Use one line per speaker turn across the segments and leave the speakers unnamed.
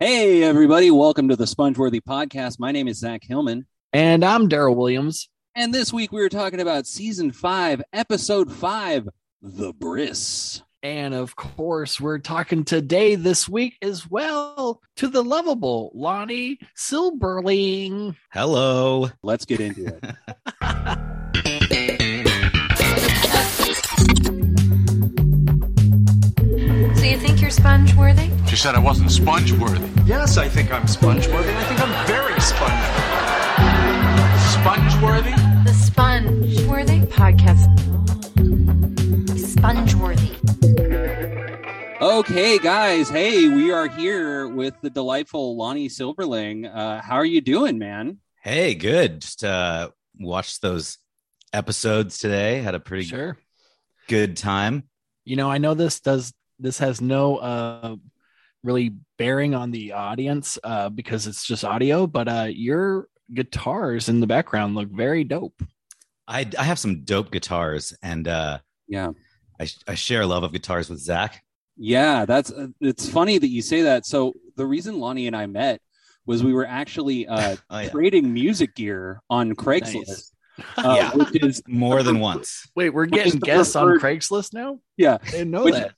Hey, everybody, welcome to the Spongeworthy Podcast. My name is Zach Hillman.
And I'm Daryl Williams.
And this week we were talking about season five, episode five, The Briss.
And of course, we're talking today, this week as well, to the lovable Lonnie Silberling.
Hello.
Let's get into it.
So you think you're sponge worthy?
She said I wasn't sponge worthy.
Yes, I think I'm sponge-worthy. I think I'm very sponge.
Sponge worthy?
The sponge worthy podcast. Sponge worthy.
Okay, guys. Hey, we are here with the delightful Lonnie Silverling. Uh, how are you doing, man?
Hey, good. Just uh watched those episodes today. Had a pretty
Sure.
good time.
You know, I know this does this has no uh really bearing on the audience uh because it's just audio, but uh your guitars in the background look very dope.
I I have some dope guitars and uh
Yeah.
I, sh- I share a love of guitars with Zach.
Yeah, that's uh, it's funny that you say that. So, the reason Lonnie and I met was we were actually uh,
Oh yeah.
trading music gear on Craigslist,
Nice.
uh,
Yeah.
which is
More than once.
Wait, we're
Which is
getting
the
guests on
preferred-
Craigslist now?
Yeah.
I didn't know
Which-
that.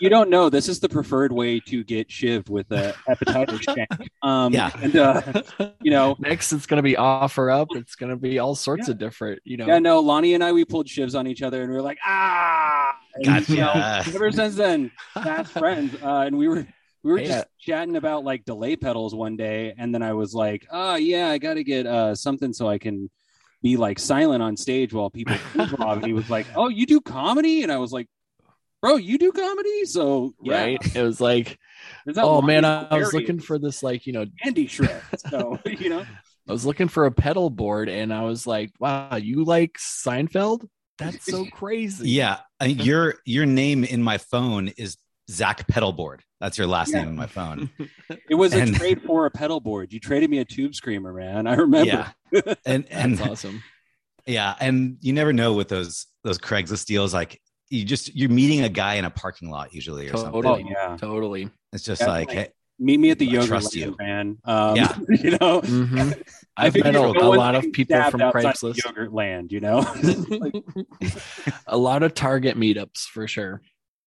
you don't know this is the preferred way to get shivved with a hepatitis shank. Um,
Yeah.
and, uh, you know,
Next, it's going to be offer up. It's going to be all sorts
Yeah.
of different, you know.
yeah, no, Lonnie and I we pulled shivs on each other, and we were like, ah, And, you know,
Gotcha.
ever since then, fast friends, uh, and we were. We were
Yeah.
just chatting about like delay pedals one day, and then I was like, "Oh yeah, I got to get uh, something so I can be like silent on stage while people." improv." and he was like, "Oh, you do comedy?" And I was like, "Bro, you do comedy?" So yeah,
Right? It was like,
It's not
oh man, I,
Lonnie's
I was
hilarious.
looking for this, like, you know,
candy shred. So you know,
I was looking for a pedal board and I was like, wow, you like Seinfeld? That's so crazy.
yeah. I mean, your your name in my phone is Zach Pedalboard. That's your last
Yeah.
name in my phone.
it was a
And-
trade for a pedal board. You traded me a tube screamer, man. I remember.
Yeah. And and
That's awesome.
Yeah, and you never know with those those Craigslist deals. Like you just you're meeting a guy in a parking lot usually or
Oh
Totally.
something.
yeah,
Totally.
It's just
Yeah,
like,
like-
hey,
meet me at the
I
yoga
trust
land,
you.
man. Um,
Yeah.
you know,
Mhm.
I
I've
think
met a,
no
a
one's
lot of
getting
people
stabbed
from
outside of
Craigslist,
yogurt land. You know, Like,
a lot of Target meetups for sure.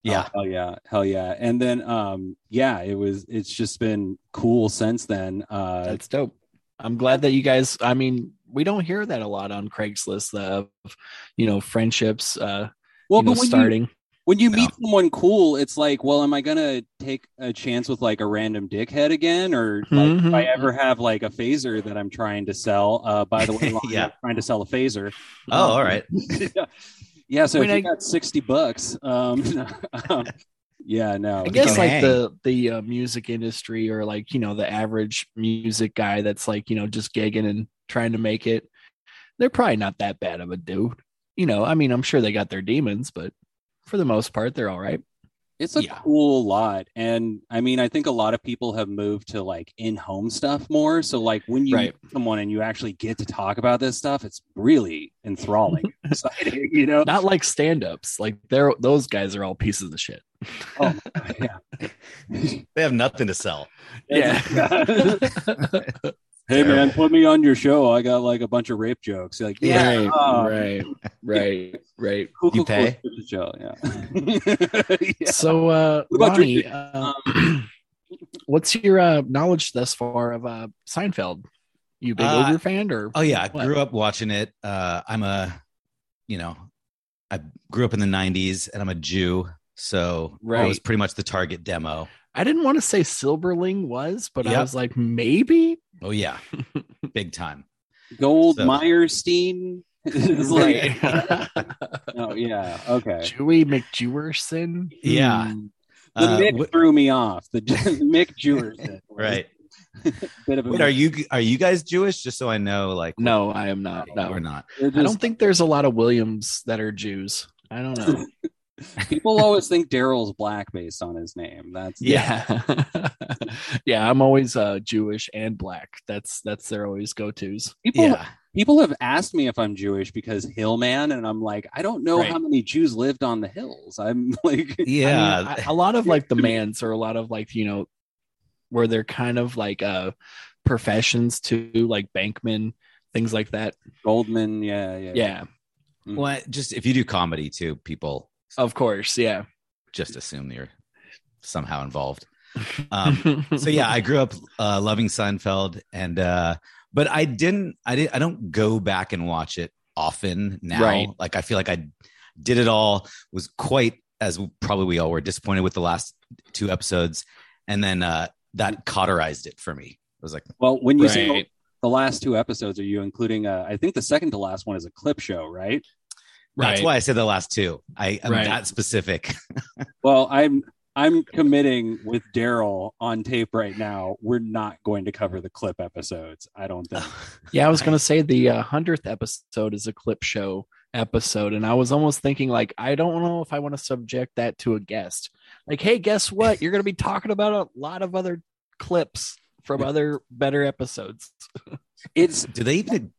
yeah,
oh, hell yeah, hell yeah. And then, um, yeah, it was. It's just been cool since then. Uh,
That's dope. I'm glad that you guys. I mean, we don't hear that a lot on Craigslist uh, of, you know, friendships. Uh,
well,
you know,
but when you
starting.
when you
Yeah.
meet someone cool, it's like, well, am I gonna take a chance with like a random dickhead again, or like, if
Mm-hmm.
Mhm.
I ever have like a phaser that I'm trying to sell? Uh, by the way, Lonnie,
Yeah.
I'm trying to sell a phaser.
oh, all right,
yeah. yeah, so
I
if
mean,
you got sixty bucks, um, um, yeah, no,
I guess
can
like
hang.
the the uh, music industry or like you know the average music guy that's like you know just gigging and trying to make it. They're probably not that bad of a dude. You know, I mean, I'm sure they got their demons, but for the most part, they're all right.
it's a
yeah.
cool lot, and I mean, I think a lot of people have moved to like in-home stuff more. So like when you
Right.
meet someone and you actually get to talk about this stuff, it's really enthralling, exciting, you know.
Not like stand ups. Like they're those guys are all pieces of shit.
Oh, yeah.
they have nothing to sell.
Yeah. hey man, put me on your show. I got like a bunch of rape jokes. Like, yeah,
Right,
uh,
right, right, right.
cool,
You
cool,
pay?
cool. It's a show, yeah. Yeah.
So, uh,
What about
Ronnie,
your-
uh, what's your uh, knowledge thus far of uh, Seinfeld? You big
Uh,
ogre fan, or
Oh yeah, I
What?
grew up watching it. Uh, I'm a, you know, I grew up in the '90s, and I'm a Jew, so I was
Right.
pretty much the target demo.
I didn't want to say Silberling was, but I
Yep.
was like, maybe.
Oh yeah, big time.
Gold
So-
Meyerstein. It's like,
Right.
oh yeah, okay.
Jewy McJewerson.
Yeah.
Hmm.
The
Uh,
Mick
what-
threw me off. The Mick Jewerson,
right.
Bit of a
Wait, are you are you guys Jewish? Just so I know, like,
No, I am not. No,
we're not.
They're
I
just-
don't think there's a lot of Williams that are Jews. I don't know.
people always think Daryl's black based on his name. That's
yeah yeah i'm always uh jewish and black that's that's their always go-to's
people
Yeah,
people have asked me if I'm Jewish because Hillman, and I'm like, I don't know
Right.
how many Jews lived on the hills. I'm like,
I mean,
yeah.
I- a lot of like the mans or a lot of like you know where they're kind of like uh professions to like bankmen, things like that.
Goldman, yeah, yeah,
Yeah,
Well, just if you do comedy too, people
of course. Yeah.
just assume you're somehow involved. Um, so yeah, I grew up uh, loving Seinfeld, and uh, but I didn't, I didn't, I don't go back and watch it often now.
Right.
Like I feel like I did it all. Was quite as probably we all were disappointed with the last two episodes, and then uh, that cauterized it for me. It was like,
Well, when you
Right.
say the last two episodes, are you including? Uh, I think the second to last one is a clip show, right?
that's
Right.
why I said the last two. I am
Right.
that specific.
Well, I'm I'm committing with Daryl on tape right now. We're not going to cover the clip episodes. I don't think.
Yeah, I was gonna say the uh, hundredth episode is a clip show episode, and I was almost thinking like I don't know if I want to subject that to a guest. Like, hey, guess what? You're gonna be talking about a lot of other clips from other better episodes.
It's
Do they even?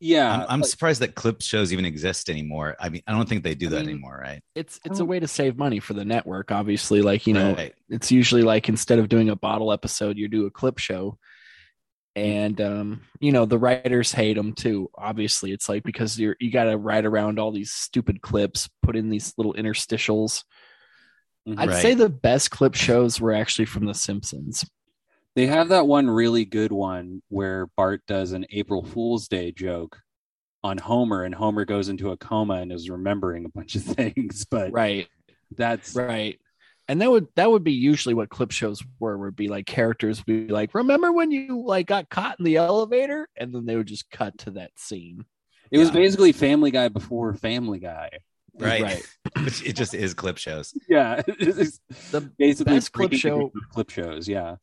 yeah.
Uh,
I'm, I'm
like,
surprised that clip shows even exist anymore. I mean, I don't think they do
I
that
mean,
anymore, right?
It's it's a way to save money for the network, obviously. Like you know,
Right.
it's usually like instead of doing a bottle episode, you do a clip show. And um, you know the writers hate them too. Obviously, it's like because you're you got to write around all these stupid clips, put in these little interstitials. I'd
Right.
say the best clip shows were actually from The Simpsons.
They have that one really good one where Bart does an April Fool's Day joke on Homer, and Homer goes into a coma and is remembering a bunch of things. But
Right,
that's
right. And that would that would be usually what clip shows were. Would be like characters would be like, "Remember when you like got caught in the elevator?" And then they would just cut to that scene.
it was
Yeah.
basically Family Guy before Family Guy.
right?
Right.
Which it just is clip shows.
Yeah, it's
The
basically
best clip
freaking
show-
clip shows. Yeah,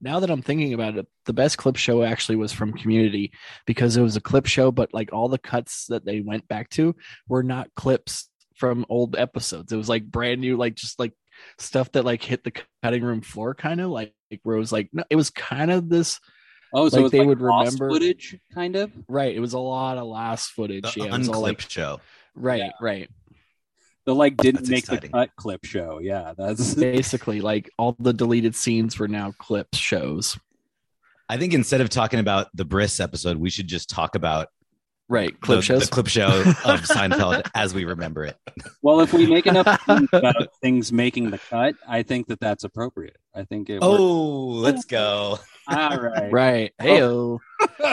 now that I'm thinking about it, the best clip show actually was from Community because it was a clip show, but like all the cuts that they went back to were not clips from old episodes. It was like brand new, like just like stuff that like hit the cutting room floor, kind of like, like where it was like no, it was kind of this
Oh, so
Like,
it's
they
like
would
lost
remember-
footage, kind of.
right. It was a lot of lost footage.
The
yeah, it was
unclip
all like
show.
right, right.
The like didn't
That's
make
exciting.
the cut clip show. Yeah, that's
Basically, like all the deleted scenes were now clip shows.
I think instead of talking about the Briss episode, we should just talk about
Right, clip
the,
shows.
the clip show of Seinfeld as we remember it.
well. If we make enough things about things making the cut, I think that that's appropriate. I think it. works.
Oh, let's go.
all right.
Right. Hey,
Oh.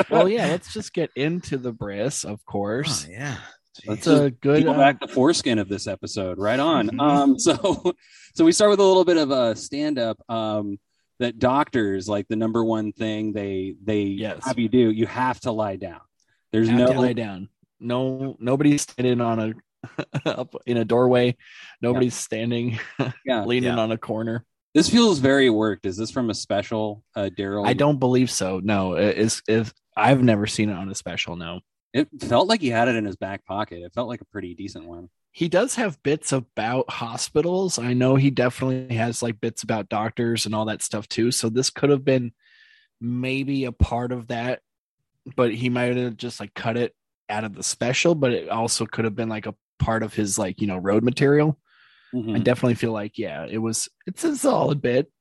well, yeah, let's just get into the bris, of course.
Oh, yeah.
That's a good.
Go
uh, Mm-hmm.
back to foreskin of this episode, right on. Um, so, so we start with a little bit of a stand up. Um, that doctors like the number one thing they they
Yes.
have you do. You have to lie down. There's
have
no
to lie down. No, nobody's standing on a up in a doorway. Nobody's standing
Yeah.
leaning
Yeah.
on a corner.
This feels very worked. Is this from a special, uh, Daryl?
I don't believe so. No, it- it's if I've never seen it on a special. No,
It felt like he had it in his back pocket. It felt like a pretty decent one.
he does have bits about hospitals. I know he definitely has like bits about doctors and all that stuff too. So this could have been maybe a part of that, but he might have just like cut it out of the special. But it also could have been like a part of his like you know road material.
Mm-hmm.
I definitely feel like yeah, it was it's a solid bit.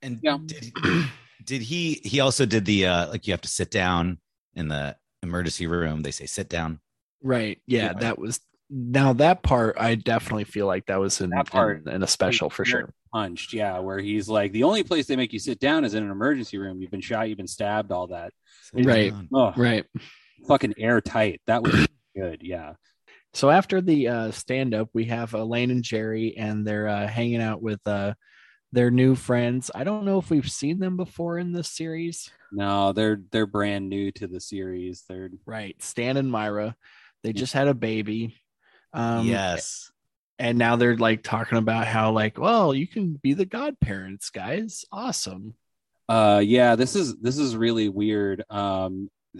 And
Yeah.
did, did he? He also did the uh like you have to sit down in the emergency room. They say sit down.
Right. Yeah,
Yeah.
that was now that part I definitely feel like that was in
That part-
in, in a special for sure.
Punched, yeah, where he's like, the only place they make you sit down is in an emergency room. You've been shot, you've been stabbed, all that.
Sit
Right.
down.
Oh,
Right.
fucking airtight. That was good, yeah.
So after the uh, stand up, we have Elaine and Jerry, and they're uh, hanging out with uh, their new friends. I don't know if we've seen them before in this series.
No, they're they're brand new to the series. They're
Right. Stan and Myra. They just had a baby. Um,
yes.
And now they're like talking about how, like, well, you can be the godparents, guys. Awesome.
uh yeah, this is this is really weird. Um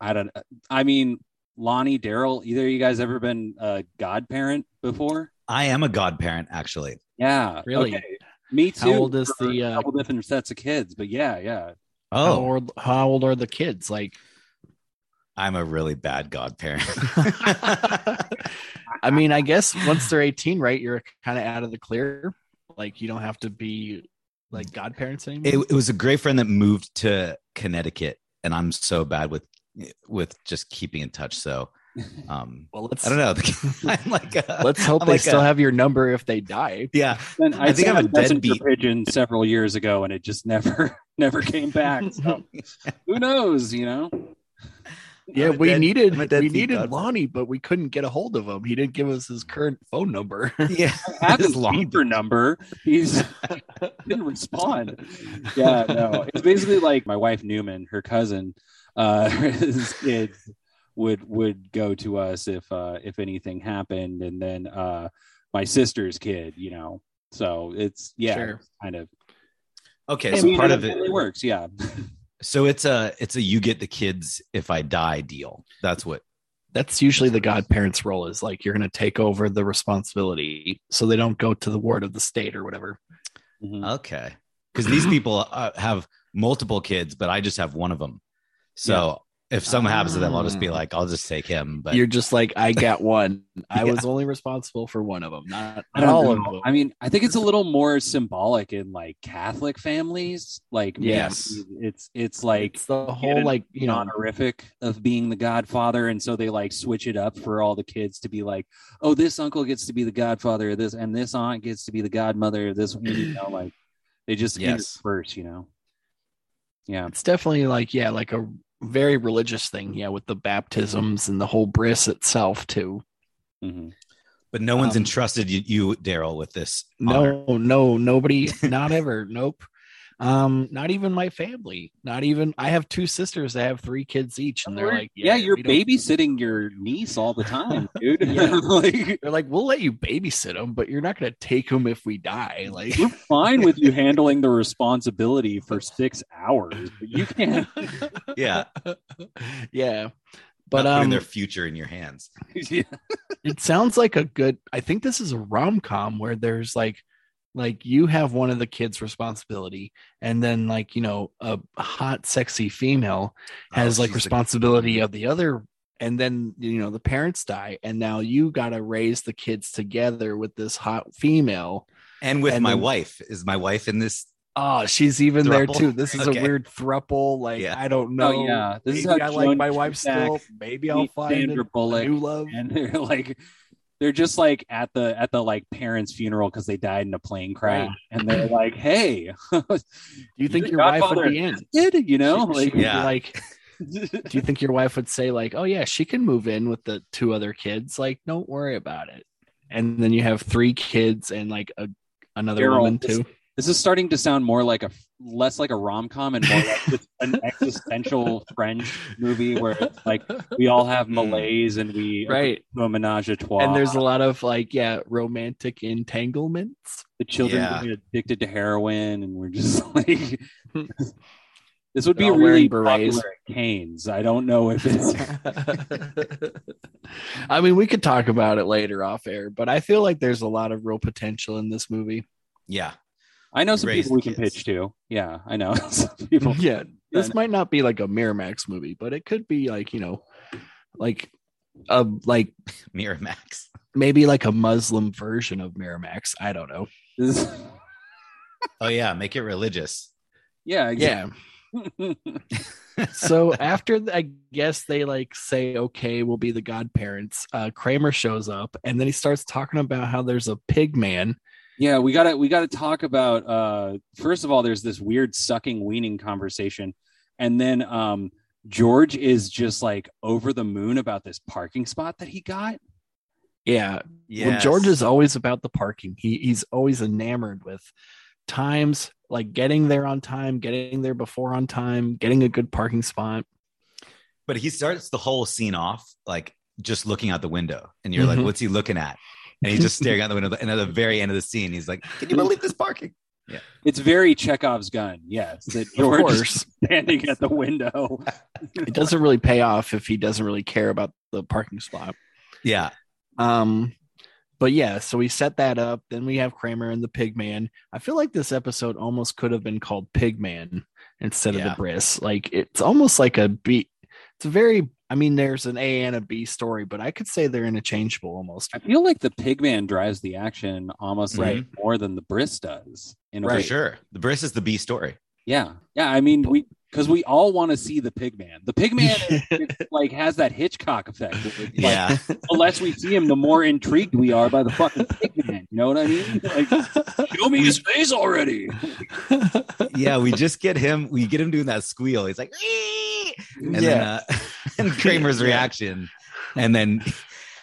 I don't I mean Lonnie, Daryl, either of you guys ever been a godparent before?
I am a godparent actually.
Yeah.
Really?
okay. Me too.
How old is
for
the,
a
uh,
couple different sets of kids? But yeah, yeah.
How
Oh,
old, how old are the kids? Like,
I'm a really bad godparent.
I mean, I guess once they're 18, right, you're kind of out of the clear. Like, you don't have to be like godparents anymore?
It, it was a great friend that moved to Connecticut, and I'm so bad with with just keeping in touch. So um,
well, let's
I don't know. I'm like a,
Let's hope
I'm
they
like
still
a-
have your number if they die.
yeah.
And I,
I think
sent
I'm a
messenger
deadbeat.
pigeon several years ago, and it just never never came back. So who knows? You know,
Yeah,
I'm a
we
dead-
needed
I'm a
we
dead sea
needed
god.
Lonnie, but we couldn't get a hold of him. He didn't give us his current phone number.
Yeah,
I have
It is
his
long
beeper number. He's didn't respond. Yeah, no. It's basically like my wife Newman, her cousin, uh, his kids would would go to us if uh, if anything happened, and then uh, my sister's kid, you know. So it's yeah,
Sure.
it's kind of
Okay,
I
so
mean,
part of
definitely
it.
works. Yeah,
So it's a it's a you get the kids if I die deal. That's what.
That's usually the godparents' role is like you're going to take over the responsibility, so they don't go to the ward of the state or whatever. Uh,
Mhm.
Okay, because these people uh, have multiple kids, but I just have one of them. So if something happens to them, I'll just be
Ah.
like, I'll just take him. But
you're just like, I got one. I
Yeah.
was only responsible for one of them, not,
I
not
don't
all
know.
of them.
I mean, I think it's a little more symbolic in like Catholic families. Like, maybe
Yes.
it's it's like
it's the
get
whole
an
like you know
honorific of being the godfather and so they like switch it up for all the kids to be like oh this uncle gets to be the godfather of this and this aunt gets to be the godmother of this you know like they just
Yes.
intersperse you know yeah
it's definitely like yeah like a very religious thing yeah with the baptisms and the whole bris itself too
Mhm.
but no one's
Um,
entrusted you, you Daryl, with this. honor.
no no nobody not ever nope um not even my family not even i have two sisters that have three kids each and they're like
yeah, you're
we don't-"
babysitting your niece all the time dude
Yeah.
like
they're like we'll let you babysit them but you're not going to take them if we die like
we're fine with you handling the responsibility for six hours but you can't
Yeah,
yeah but
Not putting
um
their future in your hands.
yeah.
it sounds like a good i think this is a rom-com where there's like like you have one of the kids responsibility and then like you know a hot sexy female has
Oh,
like
she's the-
responsibility of the other and then you know the parents die and now you got to raise the kids together with this hot female
and with
and
my
then-
wife is my wife in this.
oh she's even there
Thruple?
too this is
Okay.
a weird thruple like
Yeah.
i don't know
Oh, yeah. This is
maybe
how
i like
Joan
my wife still
Cusack
maybe i'll
meets
find
Sandra
a
Bullock
new love
and they're like they're just like at the at the like parents funeral because they died in a plane crash
Right.
and they're like hey
do you think
the
your wife
godfather
would be in
did you know
She- she
like
would be
Yeah.
like do you think your wife would say like oh yeah she can move in with the two other kids like don't worry about it and then you have three kids and like a another
Daryl,
woman
this-
too
this is starting to sound more like a less like a rom-com and more like just an existential french movie where it's like we all have malaise and we
Hmm. right
do a menage a trois
and there's a lot of like yeah romantic entanglements
the children
Yeah.
get addicted to heroin and we're just like this would be
Hmm. They're all
really
wearing
popular
berets.
at canes i don't know if it's
i mean we could talk about it later off air but i feel like there's a lot of real potential in this movie
Yeah,
I know some
raise
people we
the
can
kids.
pitch to. Yeah, I know some people. Yeah.
yeah this might not be like a miramax movie but it could be like you know like a like
Miramax.
maybe like a Muslim version of Miramax. I don't know.
This-
Oh yeah, make it religious.
yeah,
Yeah.
exactly.
So after th- I guess they like say, okay, we'll be the godparents. Uh, Kramer shows up and then he starts talking about how there's a pig man.
yeah. We gotta we gotta talk about. Uh, first of all, there's this weird sucking weaning conversation, and then um, George is just like over the moon about this parking spot that he got.
Yeah. Well,
Yeah,
George is always about the parking. He he's always enamored with times like getting there on time, getting there before on time, getting a good parking spot.
But he starts the whole scene off like just looking out the window, and you're like,
Mhm.
"What's he looking at?" And he's just staring out the window. And at the very end of the scene, he's like, "Can you believe this parking?"
It's very Chekhov's gun. Yes, that
Of
George is
course,
standing at the window.
it doesn't really pay off if he doesn't really care about the parking spot.
Yeah,
Um, but yeah, so we set that up. Then we have Kramer and the Pigman. I feel like this episode almost could have been called Pigman instead of
Yeah.
the Briss. Like it's almost like a beat. It's a very I mean, there's an A and a B story, but I could say they're interchangeable almost.
I feel like the Pigman drives the action almost like
Right.
more than the Briss does. In a
for
way.
sure. The Briss is the B story.
Yeah, yeah. I mean, we because we all want to see the Pigman. The Pigman is, it's like has that Hitchcock effect. where it's like,
Yeah,
the less we see him, the more intrigued we are by the fucking Pigman. You know what I mean? Like, show me his face already.
yeah. We just get him. We get him doing that squeal. He's like, "Ee!" and then,
yeah.
uh, and Kramer's reaction, and then,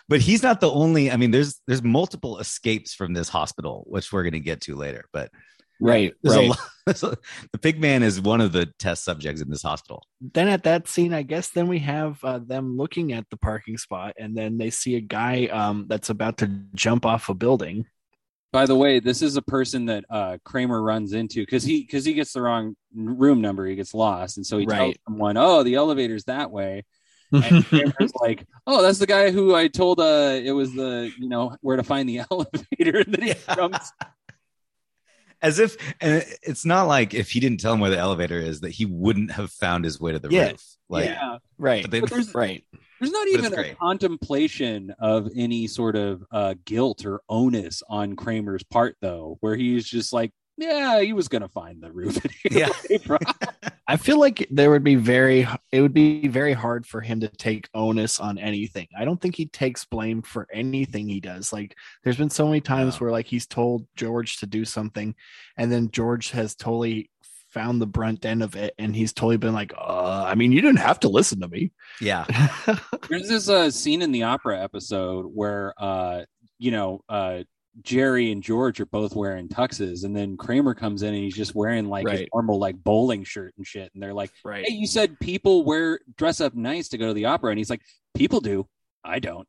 but he's not the only. I mean, there's there's multiple escapes from this hospital, which we're gonna get to later. But
right.
there's
right.
a lot. there's a- the pig man is one of the test subjects in this hospital.
then at that scene, I guess then we have uh, them looking at the parking spot, and then they see a guy um, that's about to jump off a building.
By the way, this is a person that uh, Kramer runs into because he because he gets the wrong room number. He gets lost, and so he tells
Right.
someone, "Oh, the elevator's that way." And Kramer's like, "Oh, that's the guy who I told uh, it was the you know where to find the elevator." And then he
Yeah.
jumps.
As if, and it's not like if he didn't tell him where the elevator is, that he wouldn't have found his way to the
Yeah.
roof. Like,
yeah,
right.
but they-
but there's
right.
There's not
it's
even a
great.
contemplation of any sort of uh, guilt or onus on Kramer's part, though, where he's just like, yeah, he was going to find the roof.
Yeah.
I feel like there would be very it would be very hard for him to take onus on anything. I don't think he takes blame for anything he does. Like there's been so many times
No.
where like he's told George to do something and then George has totally found the brunt end of it and he's totally been like, "Uh, I mean, you didn't have to listen to me."
yeah,
There's this uh, scene in the opera episode where, uh, you know, uh, Jerry and George are both wearing tuxes, and then Kramer comes in and he's just wearing like his
Right.
normal like bowling shirt and shit. And they're like,
right.
hey, you said people wear dress up nice to go to the opera, and he's like, people do, I don't.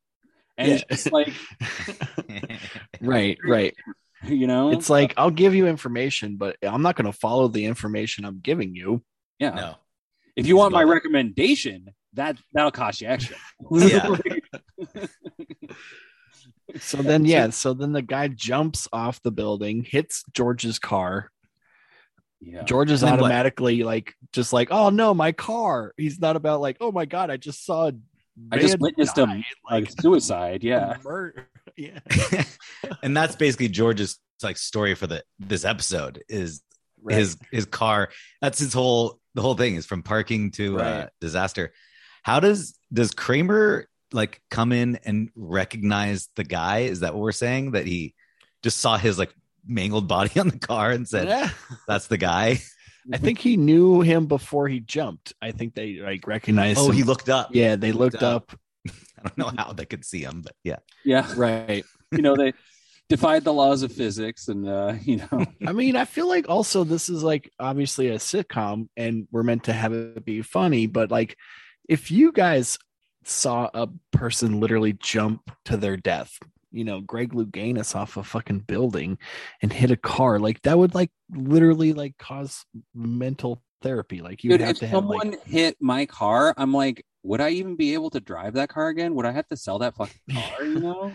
And it's
Yeah.
just like,
Right, right.
you know,
It's like I'll give you information, but I'm not going to follow the information I'm giving you.
yeah.
no,
if you want my
Love it.
recommendation, that that'll cost you extra.
Yeah.
So then, yeah. So then the guy jumps off the building, hits George's car,
yeah.
George is
And then what?
automatically like just like, oh no, my car. He's not about like, oh my god, I just saw. a
I just
man
witnessed
die,"
him like suicide. Yeah,
a murder. Yeah.
and that's basically George's like story for the this episode is
Right.
his his car. That's his whole the whole thing is from parking to uh,
Right.
disaster. How does does Kramer like come in and recognize the guy? Is that what we're saying? That he just saw his like mangled body on the car and said,
Yeah.
"That's the guy."
I think he knew him before he jumped. I think they like recognized.
Oh,
him.
he looked up.
yeah, they looked up.
I don't know how they could see him, but yeah,
yeah.
Right.
You know, they defied the laws of physics, and uh, you know,
I mean, I feel like also this is like obviously a sitcom and we're meant to have it be funny, but like if you guys saw a person literally jump to their death, you know, Greg Louganis off a fucking building and hit a car, like that would like literally like cause mental therapy. Like you
dude,
would have
if
to have
someone
like
hit my car, I'm like, would I even be able to drive that car again? Would I have to sell that fucking car? You know,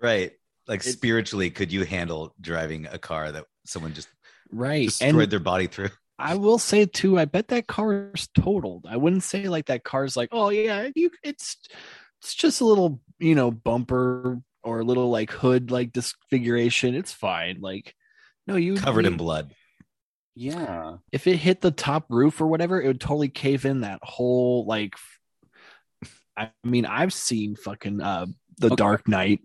right. Like spiritually, could you handle driving a car that someone just
right.
destroyed
And
their body through?
I will say too, I bet that car's totaled. I wouldn't say like that car's like, oh yeah, you it's it's just a little, you know, bumper or a little like hood like disfiguration. It's fine. Like no, you
covered in
you-
blood.
yeah,
If it hit the top roof or whatever, it would totally cave in that whole like f- I mean, I've seen fucking uh The
Okay.
Dark Knight.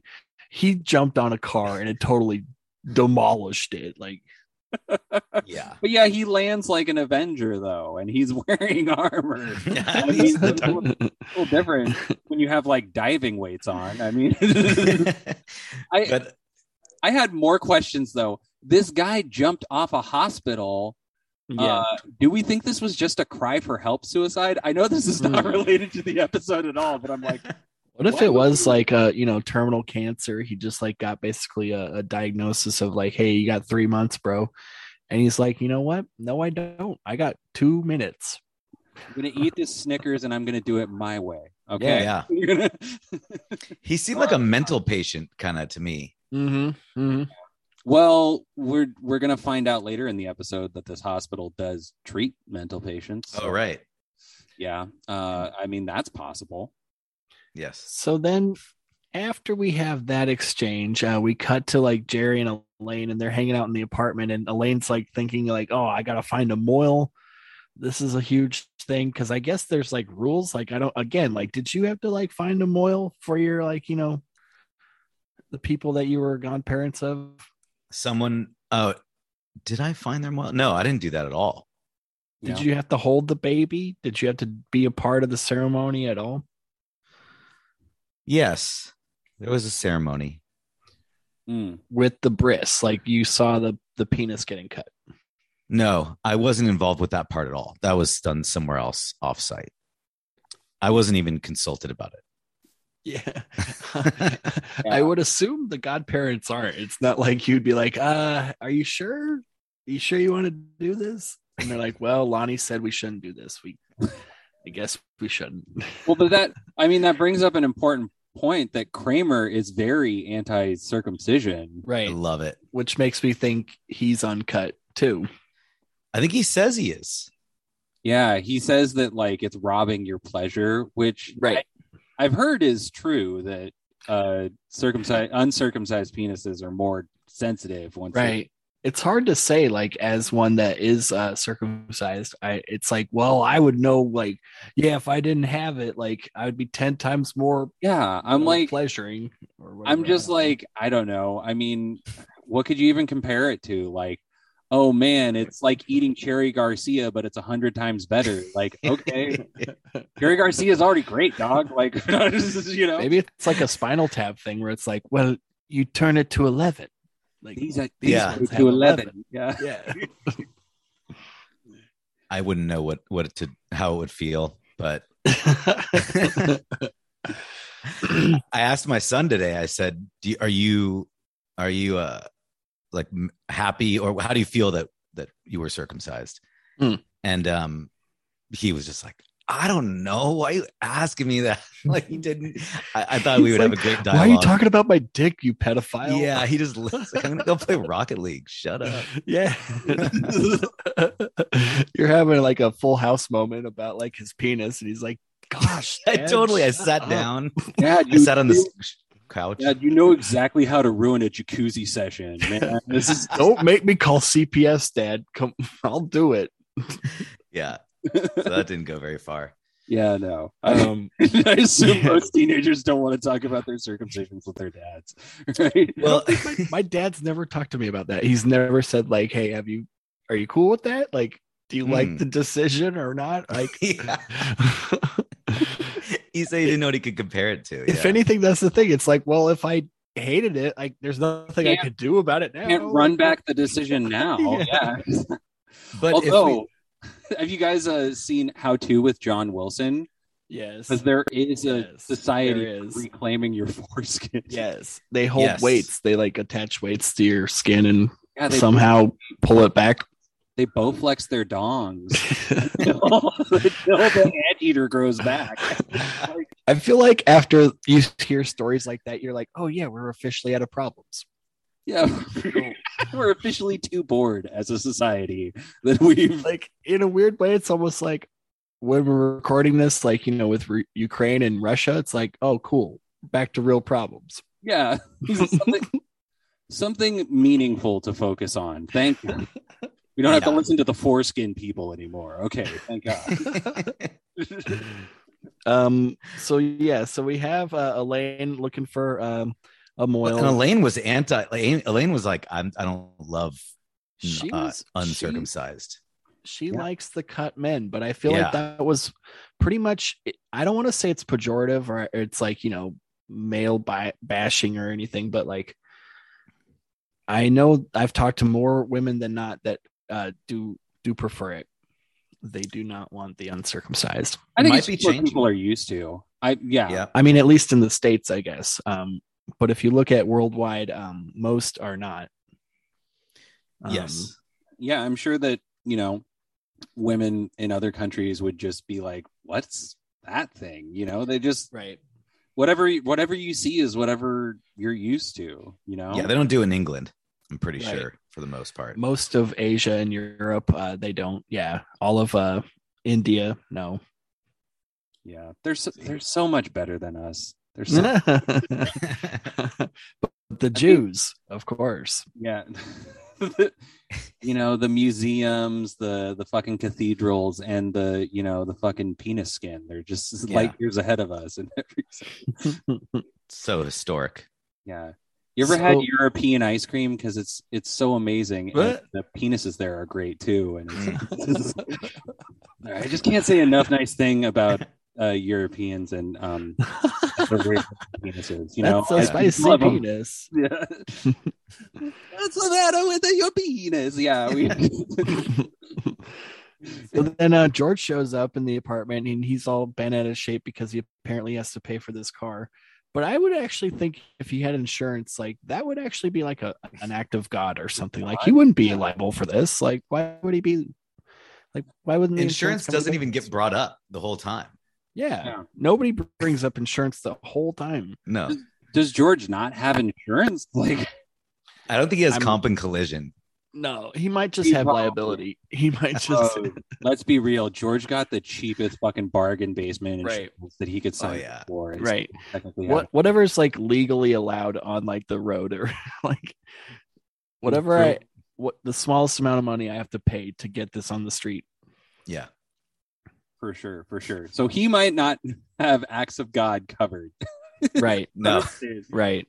He jumped on a car and it totally demolished it. Like
Yeah.
but yeah, he lands like an Avenger though, and he's wearing armor.
Yeah,
I
he's
mean,
the
it's a little different when you have like diving weights on. I mean,
dark-
I,
but
I had more questions though. This guy jumped off a hospital.
yeah.
Uh, do we think this was just a cry for help suicide? I know this is not
Hmm.
related to the episode at all, but I'm like,
What if
Why
it
would
was
you-
like a you know terminal cancer? He just like got basically a, a diagnosis of like, hey, you got three months, bro, and he's like, you know what? No, I don't. I got two minutes.
I'm gonna eat this Snickers and I'm gonna do it my way. Okay.
yeah,
You're gonna-
he seemed like a mental patient kind of to me.
Mm-hmm. mm-hmm.
well, we're we're gonna find out later in the episode that this hospital does treat mental patients.
Oh, right.
yeah. Uh, I mean, that's possible.
Yes.
So then, after we have that exchange, uh, we cut to like Jerry and Elaine, and they're hanging out in the apartment. And Elaine's like thinking, like, "Oh, I gotta find a moil. This is a huge thing because I guess there's like rules. Like, I don't. Again, like, did you have to like find a moil for your like, you know, the people that you were godparents of?
Someone. Uh, did I find their mom? No, I didn't do that at all.
Did
Yeah.
you have to hold the baby? Did you have to be a part of the ceremony at all?
Yes, there was a ceremony.
Mm.
with the bris like you saw the the penis getting cut
No, I wasn't involved with that part at all. That was done somewhere else offsite. I wasn't even consulted about it.
yeah. i would assume the godparents aren't it's not like you'd be like uh are you sure you sure you want to do this and they're like well lonnie said we shouldn't do this we i guess we shouldn't
Well, but that I mean that brings up an important point that Kramer is very anti-circumcision.
I
right
love it.
which makes me think he's uncut too
I think he says he is.
Yeah, he says that like it's robbing your pleasure, which
Right.
I, have heard is true that uh circumcised uncircumcised penises are more sensitive once they-
right it's hard to say like as one that is uh circumcised i it's like well i would know like yeah if i didn't have it like i would be 10 times more
Yeah, I'm
know,
like
pleasuring or whatever.
I'm just like I don't know. I mean, what could you even compare it to? Like, oh man, it's like eating Cherry Garcia, but it's a hundred times better. Like, okay, Cherry Garcia is already great, dog. Like, you know,
maybe it's like a spinal tap thing where it's like well you turn it to 11 like
these are these
Yeah.
yeah,
ones have
to eleven. Yeah,
yeah
I wouldn't know what what to how it would feel, but I asked my son today. I said, do you, "Are you are you uh like m- happy or how do you feel that that you were circumcised?"
Hmm.
And um he was just like, "I don't know. Why are you asking me that?" like he didn't. I, I thought we
He's
would have
like,
a great
why
dialogue.
are you talking about my dick you pedophile
Yeah, he just looks like I'm gonna go play Rocket League. Shut up.
Yeah. You're having like a full house moment about like his penis, and he's like, gosh,
I
Dad,
totally. I
shut
sat
up."
down.
yeah.
I
You,
sat on the
you-
s- couch.
yeah, you know exactly how to ruin a jacuzzi session, man. This is
Don't make me call CPS, Dad. Come, I'll do it.
Yeah, so that didn't go very far.
yeah, no. I,
Um,
I assume
yeah.
most teenagers don't want to talk about their circumcisions with their dads, right?
Well,
my, my dad's never talked to me about that. He's never said like, hey, have you? Are you cool with that? Like, do you
Hmm.
like the decision or not? Like.
yeah. he said he didn't know what he could compare it to.
If
yeah.
anything, that's the thing. It's like, well, if I hated it, like there's nothing I
Can't-
could do about it now.
can't run back the decision now. yeah.
but if we,
Although, have you guys uh, seen How to with John Wilson?
Yes.
Because there is a
Yes,
society
there is.
reclaiming your foreskin.
Yes, they hold
Yes.
weights. They like attach weights to your skin and
Yeah, they,
somehow pull it back.
they bow flex their dongs until the anteater grows back. Like,
I feel like after you hear stories like that, you're like, oh yeah, we're officially out of problems.
yeah, we're officially too bored as a society that we've.
Like in a weird way, it's almost like when we're recording this, like you know, with Ru Ukraine and Russia, it's like, oh cool, back to real problems.
Yeah, something, something meaningful to focus on. Thank you. We don't have to
Yeah.
listen to the foreskin people anymore. Okay, thank God.
Um. So yeah. So we have uh, Elaine looking for um a
Well, and
moil.
Elaine uh, was anti. Elaine, Elaine was like, I'm, I don't love
She
uh,
was- she-
uncircumcised.
she
Yeah.
likes the cut men, but I feel
Yeah.
like that was pretty much. I don't want to say it's pejorative or it's like you know male bi- bashing or anything, but like I know I've talked to more women than not that uh, do do prefer it. They do not want the uncircumcised.
I think
Might
it's
be
just what
changing.
people are used to. I yeah.
yeah.
I mean, at least in the states, I guess. Um, but if you look at worldwide, um, most are not. Um,
yes.
Yeah, I'm sure that, you know, women in other countries would just be like, "What's that thing?" You know, they just
Right.
whatever whatever you see is whatever you're used to, you know.
Yeah. They don't do it in England. I'm pretty
Right.
sure for the most part.
most of Asia and Europe, uh, they don't. Yeah, all of uh, India, no.
Yeah, they're so, they're so much better than us. They're so
but the Jews, of course.
yeah. you know the museums, the the fucking cathedrals, and the you know the fucking penis skin. They're just
Yeah.
light years ahead of us. And
so historic.
yeah, you ever had
So-
European ice cream because it's it's so amazing. And
What?
the penises there are great too. And it's, I just can't say enough nice thing about uh, Europeans and um, their weird penises. You know,
That's so
I
spicy
love 'em.
penis.
Yeah. What's the matter with your penis? Yeah. We,
So then uh, George shows up in the apartment and he's all bent out of shape because he apparently has to pay for this car. But I would actually think if he had insurance, like that would actually be like a an act of God or something. Like he wouldn't be liable for this. Like why would he be? Like why wouldn't the
Insurance
company
doesn't
pay
even
for this?
get brought up the whole time.
Yeah.
Yeah.
Nobody br- brings up insurance the whole time.
No,
Does George not have insurance? Like,
I don't think he has
I'm-
comp and collision.
No, he might just
He's
have
wrong.
liability. He might just
oh, let's be real. George got the cheapest fucking bargain basement insurance that he could sign
Oh, yeah.
for. It's
right.
Technically
What whatever's like legally allowed on like the road or like whatever I what the smallest amount of money I have to pay to get this on the street.
Yeah.
for sure, for sure. So he might not have acts of God covered.
Right.
No.
right.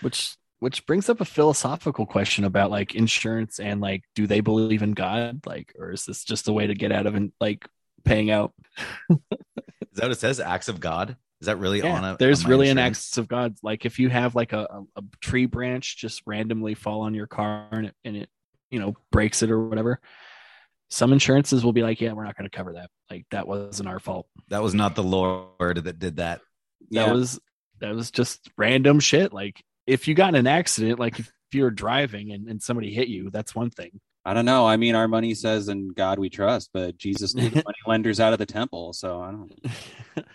Which which brings up a philosophical question about like insurance and like do they believe in God? Like or is this just a way to get out of and like paying out?
Is that what it says? Acts of God? Is that really on
Yeah,
a
there's
on my
really an
insurance?
act of God. Like if you have like a, a, a tree branch just randomly fall on your car and it, and it you know breaks it or whatever, some insurances will be like, yeah, we're not going to cover that. Like that wasn't our fault.
That was not the Lord that did that.
Yeah.
That was that was just random shit. Like if you got in an accident, like if you were driving and, and somebody hit you, that's one thing.
I don't know. I mean, our money says in God we trust, but Jesus knew the money lenders out of the temple. So I don't,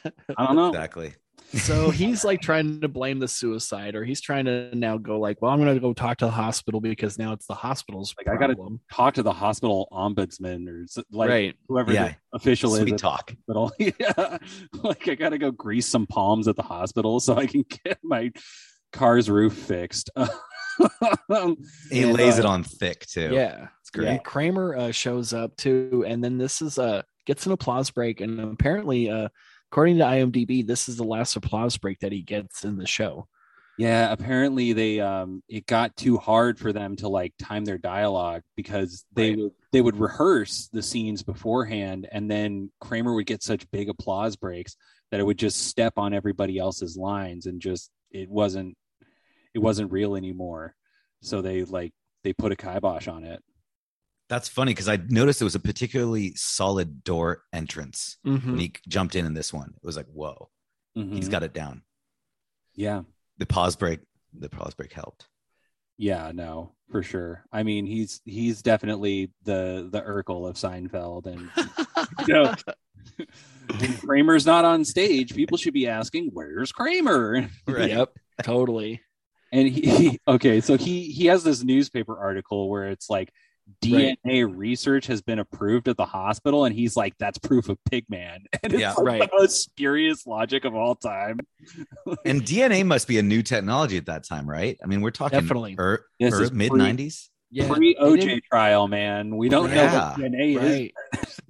I
Oh.
don't know.
Exactly.
so he's like trying to blame the suicide, or he's trying to now go like, well, I'm going to go talk to the hospital because now it's the hospital's
Like, I
problem.
gotta- Talk to the hospital ombudsman or s- like
right.
whoever
Yeah.
the official is.
Sweet
at
talk.
hospital. yeah. Like I gotta go grease some palms at the hospital so I can get my car's roof fixed.
He
And,
lays
uh,
it on thick too.
Yeah.
It's great.
And Kramer uh, shows up too, and then this is uh, gets an applause break, and apparently, uh, according to IMDb, this is the last applause break that he gets in the show.
Yeah, apparently they um it got too hard for them to like time their dialogue because they
Right.
would they would rehearse the scenes beforehand and then Kramer would get such big applause breaks that it would just step on everybody else's lines and just it wasn't it wasn't real anymore. So they like they put a kibosh on it.
That's funny because I noticed it was a particularly solid door entrance
Hmm.
when he jumped in in this one. It was like, whoa, he's
Mhm.
got it down.
yeah.
The pause break, the pause break helped.
Yeah, no, for sure. I mean, he's he's definitely the the Urkel of Seinfeld, and you know, when Kramer's not on stage, people should be asking, "Where's Kramer?"
Right.
Yep, totally.
And he, he- okay, so he he has this newspaper article where it's like DNA
Right.
research has been approved at the hospital, and he's like, "That's proof of Pigman," and it's
Yeah.
like
Right.
the most spurious logic of all time.
And DNA must be a new technology at that time, right? I mean, we're talking
Definitely.
er,
This is
mid
pre-
90s.
Yeah,
Pre
they didn't-
OJ trial, man. We don't
Yeah.
know what DNA is
right.